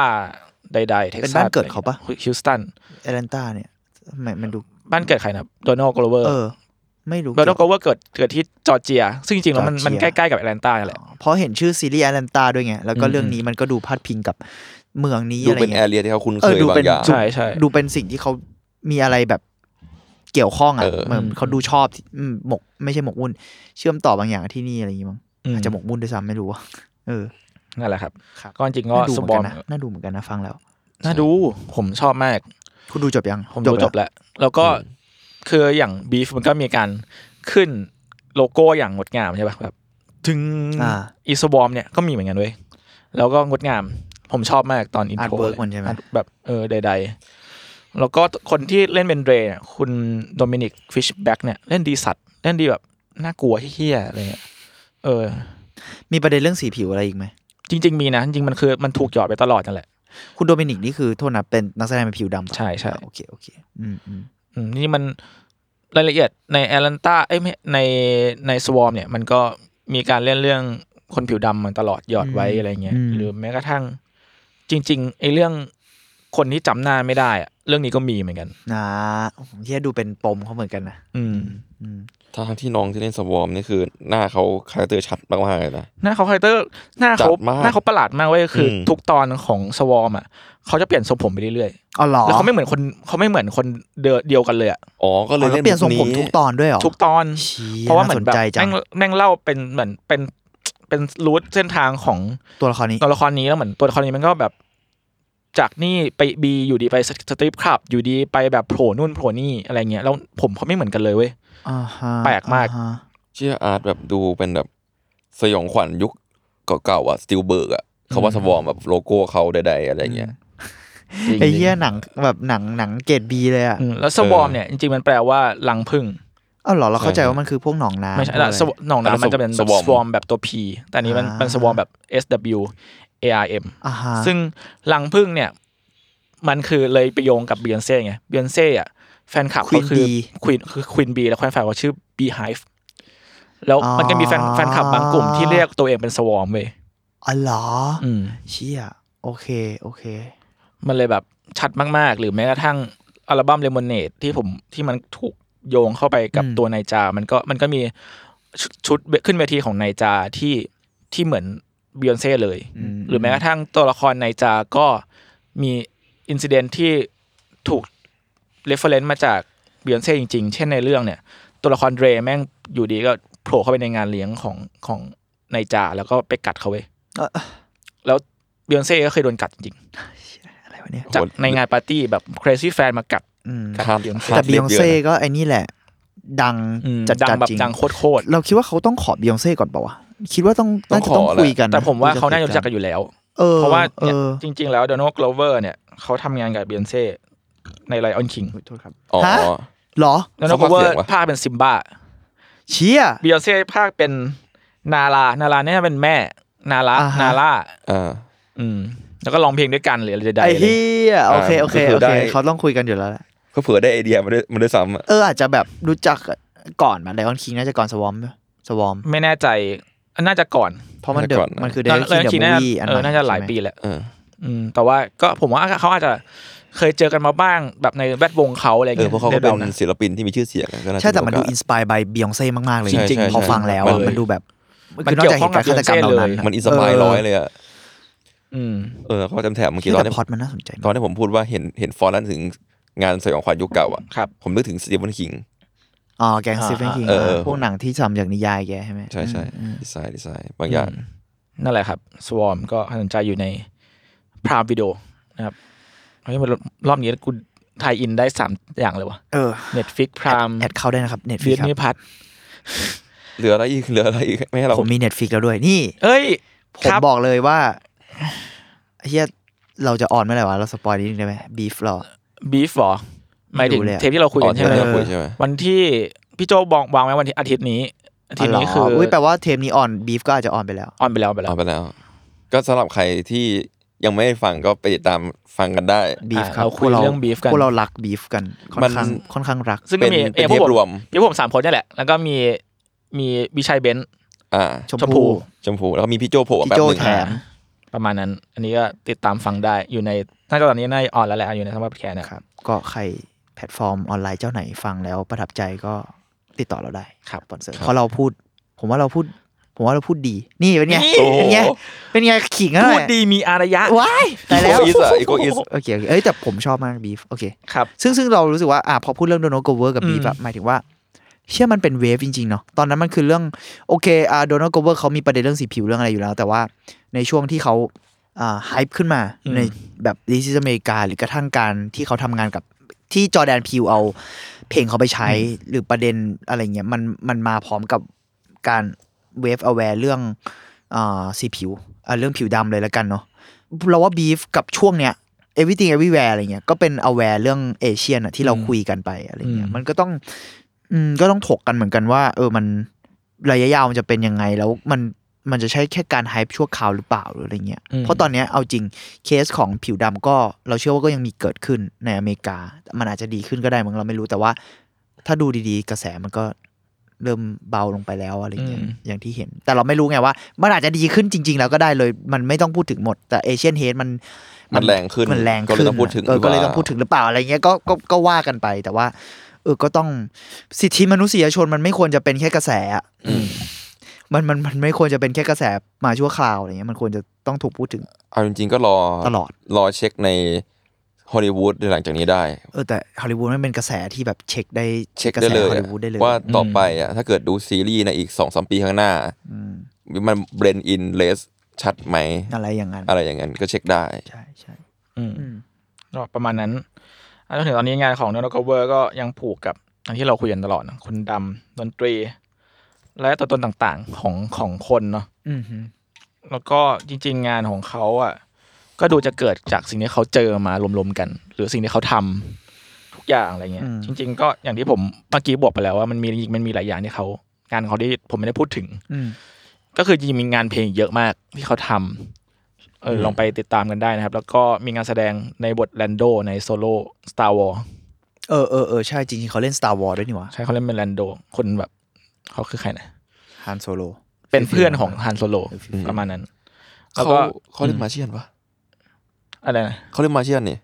S4: ใดๆเท็ก
S2: เป็น
S4: ซั
S2: บ้า
S4: ส
S2: นเกิดเขาปะ
S4: ฮิวสตัน
S2: แอตแลนตาเนี่ยทำไมมันดู
S4: บ้านเกิดใครนะครับโดนัลด์โกลเวอร์
S2: เออ ไม่รู้
S4: โดนัลด์โกล
S2: เกี่ยว
S4: เวอร์เกิดเกิดที่จอร์เจีย ซึ่งจริงๆแล้วมันมัน
S2: จอร์
S4: ใก
S2: เจีย
S4: ล้ๆกับแอตแลนตานั่นแหละ
S2: เพราะเห็นชื่อซีรีส์แอตแลนตาด้วยไง แล้วก็
S4: อืม
S2: เรื่องนี้มันก็ดูพาดพิงกับเมืองนี้
S3: ดู
S2: อะไร
S3: เป็นแอ
S2: เงี้ย
S3: เรียที่เขาคุ้น
S2: เอ
S3: เค
S2: อยดู
S3: บา
S2: เป็
S3: ง
S2: น
S3: อย่าง
S4: ใช่ใช่
S2: ดูเป็นสิ่งที่เขามีอะไรแบบเกี่ยวข้องอ่ะ
S3: เออ
S2: เหมือน
S4: อืม
S2: เขาดูชอบที่อืมหมก ไม่ใช่หมกมุ่น เชื่อมต่อบางอย่างที่นี่อะไรอย่างงี้มั้งอาจจะหมกมุ่นด้วยซ้ำไม่รู้อะเออ
S4: นั่นแหละครับ
S2: ครับ
S4: ก็จริงก็
S2: น่าดู
S4: ส
S2: เหมื
S4: ป
S2: อน
S4: อ
S2: กัน
S4: ม
S2: นะน่าดูเหมือนกันนะฟังแล้ว
S4: น่าดูผมชอบมาก
S2: คุณดูจบยัง
S4: ผมดูจบแล้ว แล้วก็คืออย่างบีฟมันก็มีการขึ้นโลโก้อย่างงดงามใช่ป่ะแบบถึง
S2: อ่า
S4: อีสบอมเนี่ยก็มีเหมือนกันเว้ยแล้วก็งดงาม ผมชอบมากตอนอิน
S2: อาร์
S4: โท
S2: ต
S4: ร
S2: เวิร์กมันใช่ไหม
S4: แบบเออใด ๆ แล้วก็คนที่เล่นเป็นเดรย์เนี่ยคุณโดมินิกฟิชแบ็กเนี่ยเล่นดีสัตว์เล่นดีแบบน่ากลัวเฮี้ยๆอะไรเงี้ยเออ
S2: มีประเด็นเรื่องสีผิวอะไรอีกไหม
S4: จริง ๆ มีนะจริงๆมันคือมันถูกหยอดไปตลอดนั่นแหละ
S2: คุณโดมินิกนี่คือโทษนะเป็นนักแสดงเป็นผิวดำปะ
S4: ใช่ใช่
S2: อ่ะโอเคโอเค อืมอืม
S4: อืมนี่มันรายละเอียดในแอตแลนตาเอ้ยไม่ในในสวอมเนี่ย มันก็มีการเล่นเรื่องคนผิวดำมันตลอดหยอดไว้อะไรเงี้ยหรือแม้กระทั่ง จริงๆไอ้เรื่องคนที่จำหน้าไม่ได้อะเรื่องนี้ก็มีเหมือนกัน
S2: นะโอ้โหเฮียดูเป็นปมเขาเหมือนกันนะ
S4: อืม
S2: อืม
S3: ถ้าทั้งที่น้องที่เล่นสวอมนี่คือหน้าเขาคาแรคเตอร์ชัดมากๆเลยนะ
S4: หน้าเขาคาแรคเตอร์หน้าเขา
S3: จัดมาก
S4: หน้าเขาประหลาดมากเว้ยคืออ
S3: ม
S4: ทุกตอนของสวอมอ่ะเขาจะเปลี่ยนทรงผมไปเรื่อย
S2: อ๋อเหรอ
S4: ๆแล้วเขาไม่เหมือนคนเขาไม่เหมือนคนเดิเดียวกันเลยอะ
S3: อ๋อ ก็เลย
S2: อ๋อแว
S3: เล่น
S2: เปลี่ยนทรงผมทุกตอนด้วยเหรอ
S4: ทุกตอน
S2: ชี้
S4: เพราะว่าเหมือนแบบ
S2: สใจจัง
S4: แม่งแม่งเล่าเป็นเหมือนเป็นเป็นรูทเส้นทางของ
S2: ตัวละครนี้
S4: ตัวละครนี้แล้วเหมือนตัวละครนี้มันก็แบบ จากนี่ไปบีอยู่ดีไปสตรีปคลับ อยู่ดีไปแบบโผล่นู่นโผล่นี่อะไรเงี้ยแล้วผมเขาไม่เหมือนกันเลยเว้ย
S2: อ่าฮะ
S4: แปลกมาก
S2: อ่ฮะ
S3: เชื่ออาร์ตแบบดูเป็นแบบสยองขวัญยุคเก่าๆอ่ะสติลเบิร์กอ่ะเขาว่าสวอมแบบโลโก้เขาใดๆอะไรเงี้ย
S2: ไอ้เหี้ยหนังแบบหนังหนังเกรดบีเลยอ่ะ
S4: อืมแล้วสวอมเนี่ยจริงๆมันแปลว่าลังพึ่ง
S2: อ้าวเหรอเราเข้าใจว่ามันคือพวกหนองน้ำ
S4: ไม่ใช่
S2: พวก
S4: ละ
S2: อะไร
S4: สวหนอง
S3: แต่ละ
S4: น้ำมันจะเป็นแบบ
S3: swarm
S4: swarm แบบตัว P แต่อันนี้มัน
S2: อ่า
S4: เป็น swarm แบบ S W A R M
S2: อ่าฮะ
S4: ซึ่งรังพึ่งเนี่ย มันคือเลยไปโยงกับเบียนเซ่ไงเบียนเซ่อะแฟนคลับก็คือควีนคือควีนบีแล้วแฟนคลับก็ชื่อ Beehive แล้วมันก็มีแฟนแฟนคลับบางกลุ่มที่เรียกตัวเองเป็นสวอมเว้ย
S2: อ๋อเหรออ
S4: อืม
S2: เชี่ยโอเคโอเค
S4: มันเลยแบบชัดมาก ๆ หรือแม้กระทั่งอัลบั้มเลมอนเนดที่ผมที่มันถูกโยงเข้าไปกับ
S2: อืม
S4: ตัวนายจา มันก็มันก็มีชุดชุดขึ้นเวทีของนายจาที่ที่เหมือนบิยอนเซ่เลย หรือแม้กระทั่งตัวละครนายจาก็มีอินซิเดนที่ถูกเรฟเฟรนซ์มาจากบิยอนเซ่จริง ๆ เช่นในเรื่องเนี่ย ตัวละครเดรแม่งอยู่ดีก็โผล่เข้าไปในงานเลี้ยงของของนายจาแล้วก็ไปกัดเขาเว้ย
S2: เอ่อ
S4: แล้วบิยอนเซ่ก็เคยโดนกัดจริง
S2: อะไรวะเนี่ย
S4: จากในงานปาร์ตี้แบบ crazy fan มากัด
S2: อืม
S3: ข้าม
S4: แต่
S3: ข้าม
S2: แต่บีย
S3: ล
S2: อง
S3: ขะ
S2: เซ่ก็ไอ้นี่แหละ ดัง
S4: อืม
S2: จัด
S4: ดัง
S2: จัด
S4: แบบ
S2: จริง
S4: ดังโคตรโคตร
S2: เราคิดว่าเขาต้องขอบียองเซ่ก่อนเปล่าวะคิดว่าต้องน่าจะต้องคุยกัน
S4: แต่ผมว่าเขาน่าจะ
S2: คุ
S4: รู้จักกันอยู่แล้ว
S2: เออ
S4: เพราะว่า
S2: เอ
S4: เนี่ย
S2: อ
S4: จริง ๆ แล้ว d o น a l d ก l o เวอร์เนี่ยเขาทำงานกับเบียนเซ่ในไลออนคิง
S2: อุ๊ยโทษครับ
S3: อ๋อ
S2: ฮะเหรอ
S4: โดนัลด์กล
S3: เขา
S4: เว
S3: ภาค
S4: อ
S3: เสียงวะ
S4: ร์ภาคเป็นซิมบ้า
S2: เชี่ย
S4: เบียนเซ่ภาคเป็นนารานาราเนี่ยเป็นแม่นารา
S2: อ่าฮะ
S4: นารา
S3: อ่า
S4: อืม แล้วก็ร้องเพลงด้วยกันหรืออะไรใด
S2: ไอ้
S4: ๆเลย
S2: เฮียโอเคโอเค
S3: ก็คือ
S2: โอ
S3: ได้
S2: เคเขาต้องคุยกันอยู่แล้วแหละ
S3: ก็เผื่อได้ไอเดียมาด้วยมาด้วยซ้ำอะ
S2: เอออาจจะแบบรู้จักก่อนมาไลออนคิงน่าจะก่อนสวอมสวอม
S4: ไม่แน่ใจน่าจะก่อน
S2: เพราะมันเดอะมันคือเดอะ
S4: ไลออน
S2: คิ
S4: คิ
S2: ง
S4: ง
S2: เด
S4: น่า
S2: อะมู
S4: จะ
S2: วี่อัน
S4: เอ
S2: ให
S4: อ
S2: ม่
S4: น่าจะหลายปี
S2: ใช่ไ
S4: แหละ
S3: เออ
S4: อืมแต่ว่าก็ผมว่าเขาอาจจะเคยเจอกันมาบ้างแบบในแวดวงเขาอะไรอย่ง
S3: เออ
S4: เงี้ย
S3: เพราะเขาก็
S4: ได้
S3: เป็
S4: ด
S3: น
S4: นะ
S3: ศิลปินที่มีชื่อเสียงอะก็า
S2: หม
S3: จะ
S2: ใช่แต่มันดู
S3: โอกาส
S2: อินสปายบายบียองเซ่มาก ๆ เลย
S3: ใช่ใช่
S2: พอฟังแล้วอะ
S3: ใช่
S2: มันดูแบบ
S4: มัน
S2: คือนอกจากเหตุการณ์ฆาตกรรมเหล่านั้น
S4: เกี่ยวข้องกับ
S3: มันอินสปายร้อยเลยอ่ะ
S4: อืม
S3: เออเขาจำแถมเมื่อกี้ตอน
S2: แต่
S3: ที่
S2: พล็อตมันน่าสนใจมาก
S3: ตอนที่ผมพูดว่าเห็นเห็นฟอนต์นั้นถึงงานสยองขวัญยุคเก่าอ่ะ
S4: ครับ
S3: ผมนึกถึงสตีเฟนคิง
S2: อ๋อแกงสตีเฟน
S4: อ่า
S2: คิง
S3: เออเออ
S2: พวกหนังที่ทำจากนิยายแกใช่ไหม
S3: ใช่ใช่
S2: อืม
S3: ดีไซน์ดีไซน์บางอย่าง
S4: นั่นแหละครับ สวอมก็สนใจอยู่ในพรามวิดีโอนะครับเฮ้ยมันรอบนี้กูไทยอินได้สามอย่างเลยวะ
S2: เออ
S4: เน็ตฟิกพราม
S2: แอดเข้าได้นะครับเน็ตฟิ
S4: ฟิ
S2: ก
S4: ต
S2: ครั
S4: นิ
S2: บ
S4: พัท
S3: เหลืออะไรอีกเหลืออะไรอีกไม่ให้เรา
S2: ผมมีเน็ตฟิกแล้วด้วย นี่
S4: เอ้ย
S2: ผม
S4: ครับ
S2: อกเลยว่าเฮียเราจะออนเมื่อไหร่วะ เราสปอยนิดนึงได้ไหมบีฟหรอ
S4: บีฟหรอหมายถึง
S2: ไม่รู้เลยอะ
S4: เทปที่เราคุย
S3: อ๋อ
S4: กัน
S3: ที่
S4: ใช่ไหม
S2: เอ
S3: เรา
S2: อ
S3: คุยใช่ไหม
S4: วันที่พี่โจบอกวางไว้วันที่อาทิตย์นี้ อาทิตย์นี้คือ
S2: เหร
S4: อย
S2: แปลว่าเทมนี้ออนบีฟก็อาจจะออนไปแล้ว
S4: ออนไปแล้วออนไปแล้ว
S3: เอาไปแล้ว ก็สำหรับใครที่ยังไม่ได้ฟังก็ไปติดตามฟังกันได้
S2: บีฟ
S4: อ่ะ
S2: ครับ
S4: เราคุยเรื่อง Beef กัน
S2: พวกเรารักบีฟกันค่อ
S3: มัน น
S2: ข้างค่อนข้างรัก
S4: ซึ่ง
S3: เป็
S4: ก็
S3: น
S4: มี
S3: เป็น
S4: ย
S3: เทป
S4: พวก
S3: รวม
S4: พี่ผมสามคนเนี่ยแหละ แล้วก็มีมีวิชัยเบนซ์
S3: อ่า
S2: ชม
S4: ชมพู
S2: พู
S3: ชมพูแล้วก็มีพี่โจโผล่
S2: พี่
S3: มาแบบ
S2: โจ
S3: หนึ่ง
S2: แถม
S4: ประมาณนั้น อันนี้ก็ติดตามฟังได้อยู่ในน่าจะตอนนี้น่าจะออนแล้วแหละอยู่ในสมาร์ทแคร์
S2: ค
S4: นะครับ
S2: รับ ก็ใครแพลตฟอร์มออนไลน์เจ้าไหนฟังแล้วประทับใจก็ติดต่อเราได้
S4: ครับ
S2: สปอนเซอร์เพราะเราพูด ผมว่าเราพูด ผมว่าเราพูดดี นี่เป็นไง
S4: นี่
S2: เป็นไงเป็นไงขิงอะไร
S4: พูดดีมีอารยะ
S2: ว้ายตาย
S3: อี
S2: แล้ว
S3: โกอิสอะอีโกอิส
S2: โอเคโอเคเอ้ยแต่ผมชอบมากบีฟโอเค
S4: ครับ
S2: ซึ่งซึ่งเรารู้สึกว่าอ่ะพอพูดเรื่องโดนัลด์โกเวอร์กับ
S4: อืม
S2: บีฟอะหมายถึงว่า เชื่อมันเป็นเวฟจริงๆเนาะตอนนั้นมันคือเรื่องโอเคอ่าโดนัลด์โกเวอร์เขามีประเด็นเรื่องสีผิวเรื่องอะไรอยู่แล้ว แต่ว่าในช่วงที่เขาอ่าฮป์ขึ้นมาในแบบดิจิทัลอเมริกา หรือกระทั่งการที่เขาทำงานกับที่จอร์แดนพิวเอา เพลงเขาไปใช้หรือประเด็นอะไรเงี้ยมันมันมาพร้อมกับการเวฟอแวร์เรื่องอ่าสีผิวอ่าเรื่องผิวดำเลยแล้วกันเนาะเราว่าบีฟกับช่วงเนี้ย everything everywhere อะไรเงี้ยก็เป็นอแวร์เรื่องเอเชียนอะที่เราคุยกันไปอะไรเงี้ย
S4: อืม
S2: มันก็ต้อง อืมก็ต้องถกกันเหมือนกันว่า เออมันระยะยาวมันจะเป็นยังไงแล้วมันมันจะใช่แค่การไฮป์ชั่วคราวหรือเปล่าหรืออะไรเงี้ย
S4: อืม
S2: เพราะตอนเนี้ยเอาจริงเคสของผิวดำก็เราเชื่อว่าก็ยังมีเกิดขึ้นในอเมริกา มันอาจจะดีขึ้นก็ได้มึงเราไม่รู้แต่ว่า ถ้าดูดีๆ กระแสมันก็เริ่มเบาลงไปแล้วอะไรเงี้ย
S4: อืม
S2: อย่างที่เห็น แต่เราไม่รู้ไงว่า มันอาจจะดีขึ้นจริง ๆ แล้วก็ได้เลย มันไม่ต้องพูดถึงหมด แต่เอเชียนเฮดมัน
S3: มันแรงขึ้น
S2: มันแรง
S3: ก็เลยต้องพูดถึง
S2: เออ
S3: หรือเปล่า
S2: ก็เลยต้องพูดถึงหรือเปล่าอะไรเงี้ยก็ก็ก็ว่ากันไปแต่ว่า เออก็ต้องสิทธิมนุษยชนมันไม่ควรจะเป็นแค่กระแสอะมันมันมันไม่ควรจะเป็นแค่กระแสมาชั่วคราวอะไรเงี้ยมันควรจะต้องถูกพูดถึง
S3: เอาจริงๆก็รอ
S2: ตลอด
S3: รอเช็คในฮอลลีวูดหลังจากนี้ได้
S2: เออแต่ฮอลลีวูดมันเป็นกระแสที่แบบเช็คได้
S3: เช็ค
S2: กระ
S3: ได้
S2: แส
S3: เลย
S2: ฮอล
S3: อะ
S2: ลีวูดได้เลย
S3: ว่าต่อไปอ่ะถ้าเกิดดูซีรีส์ในอีกสองสามปีข้างหน้า
S2: อืม
S3: มันเบรนอินเลสชัดไหม
S2: อะไรอย่างนั้น
S3: อะไรอย่างนั้นก็เช็คได้
S2: ใช่ใช่
S4: อืม
S2: อืม
S4: ก็ประมาณนั้นอันถึงตอนนี้งานของ Donald Glover ก็ยังผูกกับอันที่เราคุยกันตลอดนะคนดำดนตรี และตัวตนต่างๆของของคนเนาะ
S2: อืมฮึ
S4: แล้วก็จริง ๆ งานของเขาอ่ะ ก็ดูจะเกิดจากสิ่งที่เขาเจอมารวมๆกัน หรือสิ่งที่เขาทำทุกอย่างอะไรเงี้ย จริง ๆ ก็อย่างที่ผมเมื่อกี้บอกไปแล้วว่ามันมีมันมีหลายอย่างที่เขางานของเขาที่ผมไม่ได้พูดถึง
S2: อืม
S4: ก็คือจริงๆมีงานเพลงเยอะมากที่เขาทำเอออลองไปติดตามกันได้นะครับ แล้วก็มีงานแสดงในบทแลนโดในโซโล่ Star Wars
S2: เออเออเออใช่จริงๆเขาเล่น Star Wars ด้วยนี่หวะ
S4: ใช่เขาเล่นเป็นแลนโด คนแบบเขาคือใครนะ
S2: ฮันโซโล
S4: เป็นเพื่อนของฮันโซโลประมาณนั้น แล้ว
S3: เขา
S4: ก็
S3: เขาเล่นมาเชียนปะ
S4: อะไรนะ
S3: เขาเล่นมาเชียนนี่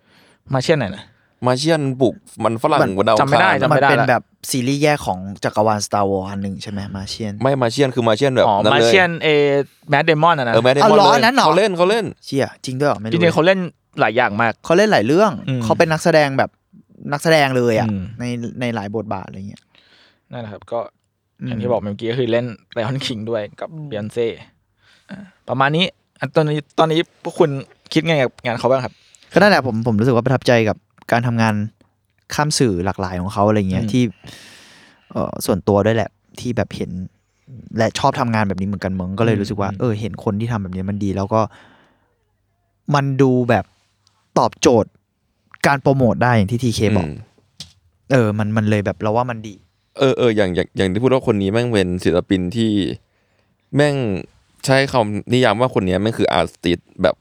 S4: มาเชียนไหนนะ
S3: มาเชียนบุกมันฝรั่งบนดาวอัง
S4: จำไม่ได้
S3: คาร
S4: จำ
S2: มัน
S4: ไม่ได้
S2: เป็น
S4: ละ
S2: แบบซีรีส์แยกของจักรวาล Star Wars อันหนึ่งใช่ไหมมาเชียน
S3: ไม่มาเชียนคือมาเชียนแบบ
S4: อ๋อ
S3: นั้น
S4: มา
S3: เลย
S4: เชียนเอแมดเดมอนอ่ะนะ
S3: เออแมดเดม
S2: เอา
S3: อน
S2: เหรอ
S3: เล
S2: อั
S3: ย
S2: นนั้นเหรอ
S3: เขาเล่นเขาเล่น
S2: เชี่ยจริงด้วยเหรอไม่
S4: จ
S2: รู้
S4: ริงๆเขาเล่นหลายอย่างมาก
S2: เขาเล่นหลายเรื่อง
S4: อืม
S2: เขาเป็นนักแสดงแบบนักแสดงเลยอ่ะ
S4: อืม
S2: ในในหลายบทบาทอะไรเงี้ย
S4: นั่นแหละครับ ก็
S2: อืม
S4: อย่างที่บอกเมื่อกี้ก็คือเล่นไลออนคิงด้วยกับเบียนเซ่าประมาณนี้อันตอนนี้ตอนนี้พวกคุณคิดไงกับงานเขาบ้างครับ
S2: ก็นั่นแหละผมผมรู้สึกว่าประทับใจกับการทำงานข้ามสื่อหลากหลายของเขาอะไรเงี้ย
S4: อืม
S2: ที่เออส่วนตัวด้วยแหละที่แบบเห็น และชอบทำงานแบบนี้เหมือนกันมึงก็เลยรู้สึกว่า เออ เห็นคนที่ทำแบบนี้มันดี แล้วก็ มันดูแบบตอบโจทย์การโปรโมทได้อย่างที่ทีเคบอก
S3: อืม
S2: เออ มันมันเลยแบบเราว่ามันดี
S3: เออเอออย่างอย่างอย่างที่พูดว่าคนนี้แม่งเป็นศิลปินที่แม่งใช้คำนิยามว่าคนเนี้ยแม่งคืออาร์ติสแบบ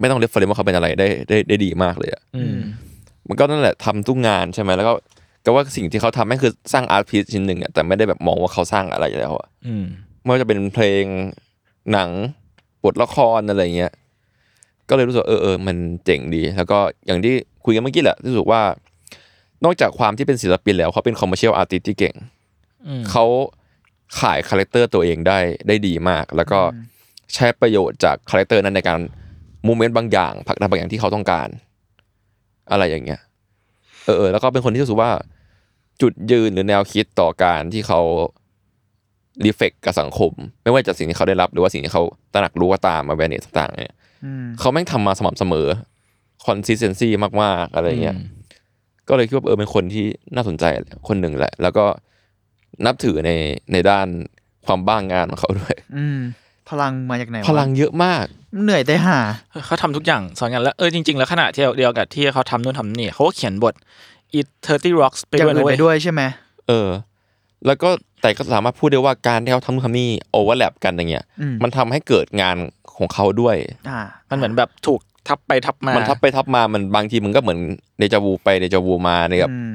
S3: ไม่ต้องเรียกเฟรมว่าเขาเป็นอะไรได้ได้ได้ดีมากเลยอะ
S4: อืม
S3: มันก็นั่นแหละทำทุกงานใช่ไหมแล้วก็ก็ว่าสิ่งที่เขาทำแม่งคือสร้างอาร์ตพีซชิ้นหนึ่งอะแต่ไม่ได้แบบมองว่าเขาสร้างอะไรแล้วอะ
S4: อืม
S3: ไม่ว่าจะเป็นเพลงหนังบทละครอะไรเงี้ยก็เลยรู้สึกว่าเออเออมันเจ๋งดี แล้วก็อย่างที่คุยกันเมื่อกี้แหละรู้สึกว่านอกจากความที่เป็นศิลปินแล้วเขาเป็นคอมเมอร์เชียลอาร์ติสที่เก่ง
S4: อืม
S3: เขาขายคาแรคเตอร์ตัวเองได้ได้ดีมาก แล้วก็ใช้ประโยชน์จากคาแรคเตอร์นั้นในการมูเมนต์บางอย่างผลักดันบางอย่างที่เขาต้องการ อะไรอย่างเงี้ยเออเออแล้วก็เป็นคนที่รู้สึกว่า จุดยืนหรือแนวคิดต่อการที่เขารีเฟกกับสังคม ไม่ว่าจะสิ่งที่เขาได้รับหรือว่าสิ่งที่เขาตระหนักรู้ก็ตามมาแวนเนตต่างๆเนี่ยเขาแม่งทำมาสม่ำเสมอคอนสิสเซนซีมากๆอะไรเงี้ย ก็เลยคิดว่าเออเป็นคนที่น่าสนใจคนหนึ่งแหละ แล้วก็นับถือในในด้านความบ้างงานของเขาด้วย
S2: อืม พลังมาจากไหนวะ
S3: พลังเยอะมาก
S2: เหนื่อยแต่หา
S4: เขาทำทุกอย่างสอนกันแล้วเออจริง ๆ แล้วขณะที่เดียวกับที่เขาทำนู่นทำนี่เขาก็เขียนบท It 30 Rocks ไป
S2: อ
S4: ด้
S2: ย่าว ง
S4: ย
S2: อื่นไป
S4: นะเว้ย
S2: ด้วยใช่ไหม
S3: เออ แล้วก็แต่ก็สามารถพูดได้ว่าการที่เขาทำนู่นทำนี่โอเวอร์แลปกันอย่างเงี้ยมันทำให้เกิดงานของเขาด้วย
S2: อ่า
S4: มันเหมือนแบบถูกทับไปทับมาม
S3: มันทับไปทับมามันบางทีมันก็เหมือนเดจาวูไปเดจาวูมาเนี่ยแบบ
S2: อืม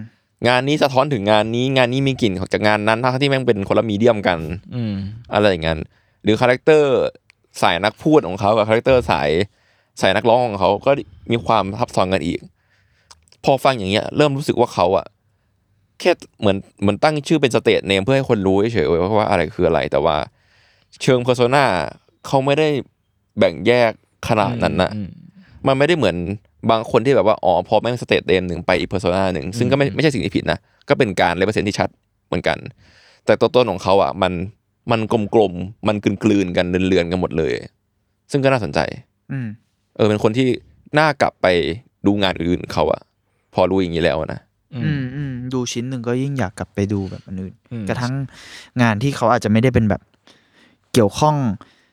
S3: งานนี้สะท้อนถึงงานนี้งานนี้มีกลิ่นของจากงานนั้นทั้งที่แม่งเป็นคนละมีเดียมกัน
S4: อืม
S3: อะไรอย่างนั้นหรือคาแรคเตอร์สายนักพูดของเขากับคาแรคเตอร์สายสายนักร้องของเขาก็มีความทับซ้อนกันอีก พอฟังอย่างเงี้ย เริ่มรู้สึกว่าเขาอะแค่เหมือนเหมือนตั้งชื่อเป็นสเตทเนมเพื่อให้คนรู้เฉยๆว่าว่าอะไรคืออะไร แต่ว่า เชิงเพอร์โซนาเขาไม่ได้แบ่งแยกขนาดนั้นนะ
S4: อืม
S3: มันไม่ได้เหมือนบางคนที่แบบว่าอ๋อพอแม่งสเตทเนมหนึ่งไปอีกเพอร์โซนาหนึ่งซึ่งก็ไม่ไม่ใช่สิ่งที่ผิดนะก็เป็นการเลเวอเซนที่ชัดเหมือนกัน แต่ตัวตนของเขาอ่ะมันมันกลมกลมๆมันกลืนกลืนๆกันเลือนเลือนๆกันหมดเลย ซึ่งก็น่าสนใจ
S2: อืม
S3: เออเป็นคนที่น่ากลับไปดูงานอื่นๆเขาอะพอรู้อย่างนี้แล้วนะ
S4: อื
S2: อื
S4: ม
S2: มอืมดูชิ้นหนึ่งก็ยิ่งอยากกลับไปดูแบบอันอื่น
S4: อืม
S2: กระทั่งงานที่เขาอาจจะไม่ได้เป็นแบบเกี่ยวข้อง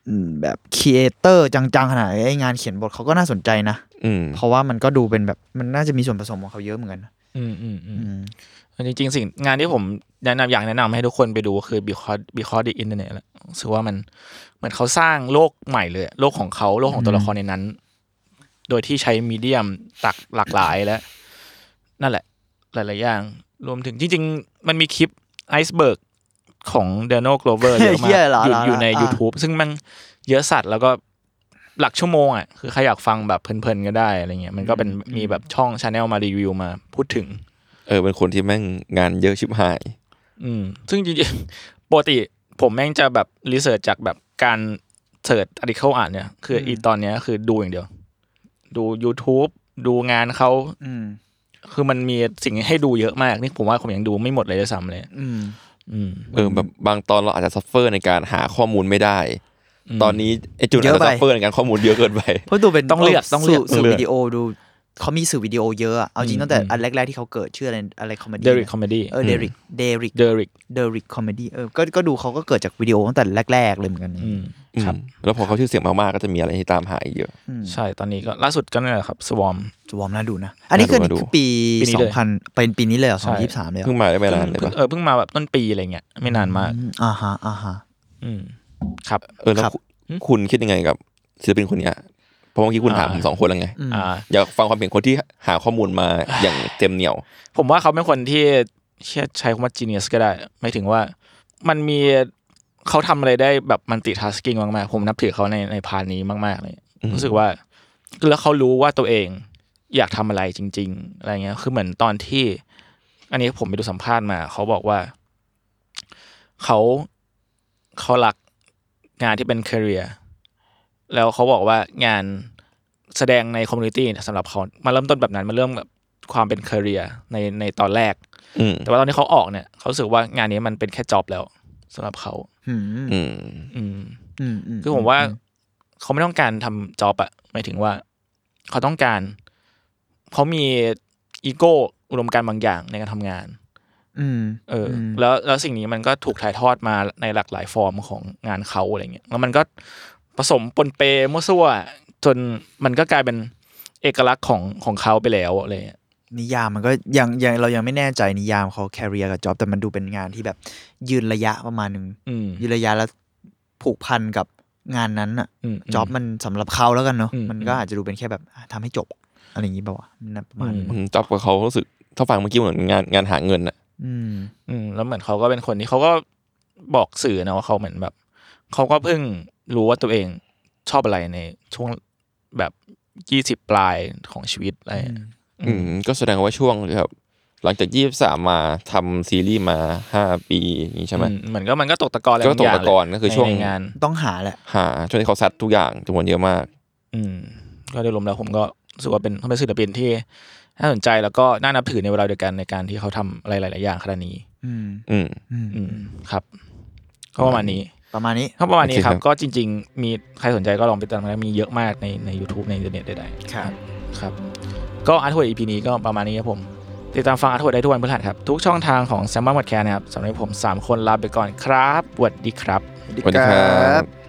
S2: อืมแบบครีเอเตอร์จังๆขนาดนั้นไอ้งานเขียนบทเขาก็น่าสนใจนะ
S3: อืม
S2: เพราะว่ามันก็ดูเป็นแบบมันน่าจะมีส่วนผสมของเขาเยอะเหมือนกันนะ
S4: อืมอืมอืม
S2: อืม
S4: จริงๆสิ่งงานที่ผมแนะนำอยากแนะนำให้ทุกคนไปดูก็คือ because because the internet แหละรู้สึกว่ามันเหมือนเขาสร้างโลกใหม่เลย โลกของเขาโลกของตัวละครในนั้น โดยที่ใช้มีเดียมตักหลากหลายและ นั่นแหละ หลาย ๆ อย่าง รวมถึงจริง ๆ มันมีคลิปไอซ์เบิร์กของเดโนโกลเวอร์เยอะมา
S2: เหี้ย
S4: ก
S2: เหรอ
S4: อยู่
S2: เหรอ
S4: อยู่ใน
S2: อ่ะ
S4: YouTube ซึ่งมันเยอะสัตว์แล้วก็หลักชั่วโมงอ่ะคือใครอยากฟังแบบเพลิน ๆ ก็ได้อะไรเงี้ยมันก็เป็นมีแบบช่องชาแนลมารีวิวมาพูดถึง
S3: เ เออเป็นคนที่แม่งงานเยอะชิบหาย
S4: อืมซึ่งจริงๆ ปกติผมแม่งจะแบบรีเสิร์ชจากแบบการเสิร์ชอาร์ติเคิลอ่านเนี่ย คือออีตอนเนี้ยคือดูอย่างเดียว ดู YouTube ดูงานเขา
S2: อืม
S4: คือมันมีสิ่งให้ดูเยอะมาก นี่ผมว่าผมยังดูไม่หมดเลยด้วยซ้ำเลย
S2: อืม
S4: อืม
S3: เออแบบบางตอนเราอาจจะซัฟเฟอร์ในการหาข้อมูลไม่ได้
S4: อืม
S3: ตอนนี้ไอจุน
S2: เย
S3: อาจ
S2: อะ
S3: จะ
S2: ไป
S3: ซัฟเฟอร์ในการข้อมูลเยอะเกินไป
S2: เพราะดูเป็น
S4: ต้องเลือกต้องเลือก
S2: สื่สื่
S3: ต้อ
S2: อ
S3: งเลือก
S2: วิดีโอดูเขามีสื่อวิดีโอเยอะอะเอาจริ
S4: อื
S2: ง
S4: ม
S2: ตั้งแต่
S4: อืม
S2: อันแรก ๆ ที่เขาเกิดชื่ออะไรอะไรคอมเมดี้
S4: เดริคคอมเมดี้
S2: เออเดริกเดริก
S4: เดริค
S2: เดริกคอมเมดี้เออก็ก็ดูเขาก็เกิดจากวิดีโอตั้งแต่แรก ๆ เลยเหมือนกัน
S4: อืม
S3: อืม
S4: ครับ
S3: แล้วพอเขาชื่อเสียงมากๆก็จะมีอะไรที่ตามหาอีกเยอะ
S4: ใช่ตอนนี้ก็ล่าสุดก็นั่นแหละครับสวอม
S2: จวอมน่าดูนะ อันนี้คือ
S3: น่าดู
S2: คือปี
S4: ปีนี้
S2: สอ
S4: เล
S2: ง
S4: ย
S2: พันเป็นปีนี้เลยเหรอส
S4: ใช่
S2: องพันยี่สิบสามเลยเหรอ
S3: เพิ่
S2: ง
S3: มาได้ไม่นานเลย
S4: เพิ่ง
S3: ปะ
S4: เออเพิ่งมาแบบต้นปีอะไรเงี้ยไม่นานมาก
S2: อืมอ่าฮะอ่าฮะ
S4: อืมครับ
S3: เออแล้ว
S2: ครับ
S3: คุณคุณคิดยังไงกับศิลปินคนเนี้ยเพราะเมื่อกี้คุณถาม
S4: อ่า
S3: ผมสองคนแล้วไง
S4: อ่า
S3: อยากฟังความเห็นคนที่หาข้อมูลมาอย่างเต็มเหนี่ยว
S4: ผมว่าเขาเป็นคนที่เชื่อใช้คำว่า genius ก็ได้หมายถึงว่ามันมีเขาทำอะไรได้แบบมันติทัสกิ้งมากๆ ผมนับถือเขาในในพาร์ทนี้มาก ๆ เลย
S3: อืม
S4: รู้สึกว่าแล้วเขารู้ว่าตัวเองอยากทำอะไรจริง ๆ อะไรเงี้ย คือเหมือนตอนที่ อันนี้ผมไปดูสัมภาษณ์มา เขาบอกว่าเขาเขาหลักงานที่เป็น c a เ e e r แล้วเขาบอกว่างานแสดงในคอมมูนิตี้สำหรับเขามาเริ่มต้นแบบนั้นมาเริ่มแบบความเป็น c a เ e e r ในในตอนแรก
S3: อืม
S4: แต่ว่าตอนนี้เขาออกเนี่ยเขารู้สึกว่างานนี้มันเป็นแค่จ็อบแล้วสำหรับเขา
S2: อืมอืม
S3: อืม
S4: อืม
S2: อืมอื
S4: คือผมว่าเขาไม่ต้องการทำจ็อบอะหมายถึงว่า เขาต้องการเขามีอีโก้อุดมการณ์บางอย่างในการทำงาน
S2: อืม
S4: เอออ
S2: ม
S4: แล้วแล้วสิ่งนี้มันก็ถูกถ่ายทอดมาในหลากหลายฟอร์มของงานเขาอะไรเงี้ยแล้วมันก็ผสมปนเปมั่วซั่วจนมันก็กลายเป็นเอกลักษณ์ของของเขาไปแล้วอะไรเงี้ย
S2: นิยามมันก็ยังยังเรายังไม่แน่ใจนิยามเขาแคริเอร์กับจ็อบแต่มันดูเป็นงานที่แบบยืนระยะประมาณหนึ่ง
S4: อืม
S2: ยืนระยะแล้วผูกพันกับงานนั้นอะ
S4: อืม
S2: จ็อบมันสำหรับเขาแล้วกันเนาะ
S4: อืม
S2: มันก็อาจจะดูเป็นแค่แบบอ่ะทำให้จบอะอะไรอย่างนี้ป่าวะมันน่าประมาณ
S4: อืม
S2: นั้น
S3: อืมจอบกับเขารู้สึกถ้าฟังเมื่อกี้เหมือนงานงานหาเงินอะ
S2: อืม
S4: อืมแล้วเหมือนเขาก็เป็นคนที่เขาก็บอกสื่อนะว่าเขาเหมือนแบบเขาก็เพิ่งรู้ว่าตัวเองชอบอะไรในช่วงแบบยี่สิบปลายของชีวิตอะไร
S3: อืมก็แสดงว่าช่วงแบบหลังจากยี่สามมาทำซีรีส์มาห้าปีนี้ใช่ไหม
S4: อืเหมือนก็มันก็ตกตะกอนอะไร
S3: ก็
S4: บางอย่าง
S3: ตกตะกอนก็คือ
S4: ใน
S3: ช่วง
S4: ในงาน
S2: ต้องหาแหละ
S3: หาช่วงที่เขาซัดทุกอย่างจำนวนเยอะมาก
S4: อืม ก็โดยรวมแล้วผมก็รู้สึกว่าเป็นเขาเป็นศิลปินที่น่าสนใจแล้วก็น่านับถือในเวลาเดียวกันในการที่เขาทำอะไรหลาย ๆ อย่างขนาดนี้
S2: อืม
S3: อืม
S2: อืม
S4: อืมครับก็ประมาณนี้
S2: ประมาณนี้
S4: ก็ประมาณนี้
S3: โอเค
S4: ค
S3: ครั
S4: รับ บ ก็จริง ๆ มีใครสนใจก็ลองไปตามกันได้มีเยอะมากในใน YouTube ในอินเทอร์เน็ตใดๆ
S2: ครับ
S4: ครับ ก็อาร์ทเวิร์ดอีพีนี้ก็ประมาณนี้ครับผม ติดตามฟังอาร์ทเวิร์ดได้ทุกวันพฤหัสครับ ทุกช่องทางของแซมมอนวัดแคร์นะครับสำหรับผมสามคนลาไปก่อนครับสวัสดีครับ
S3: สวัสดีครับ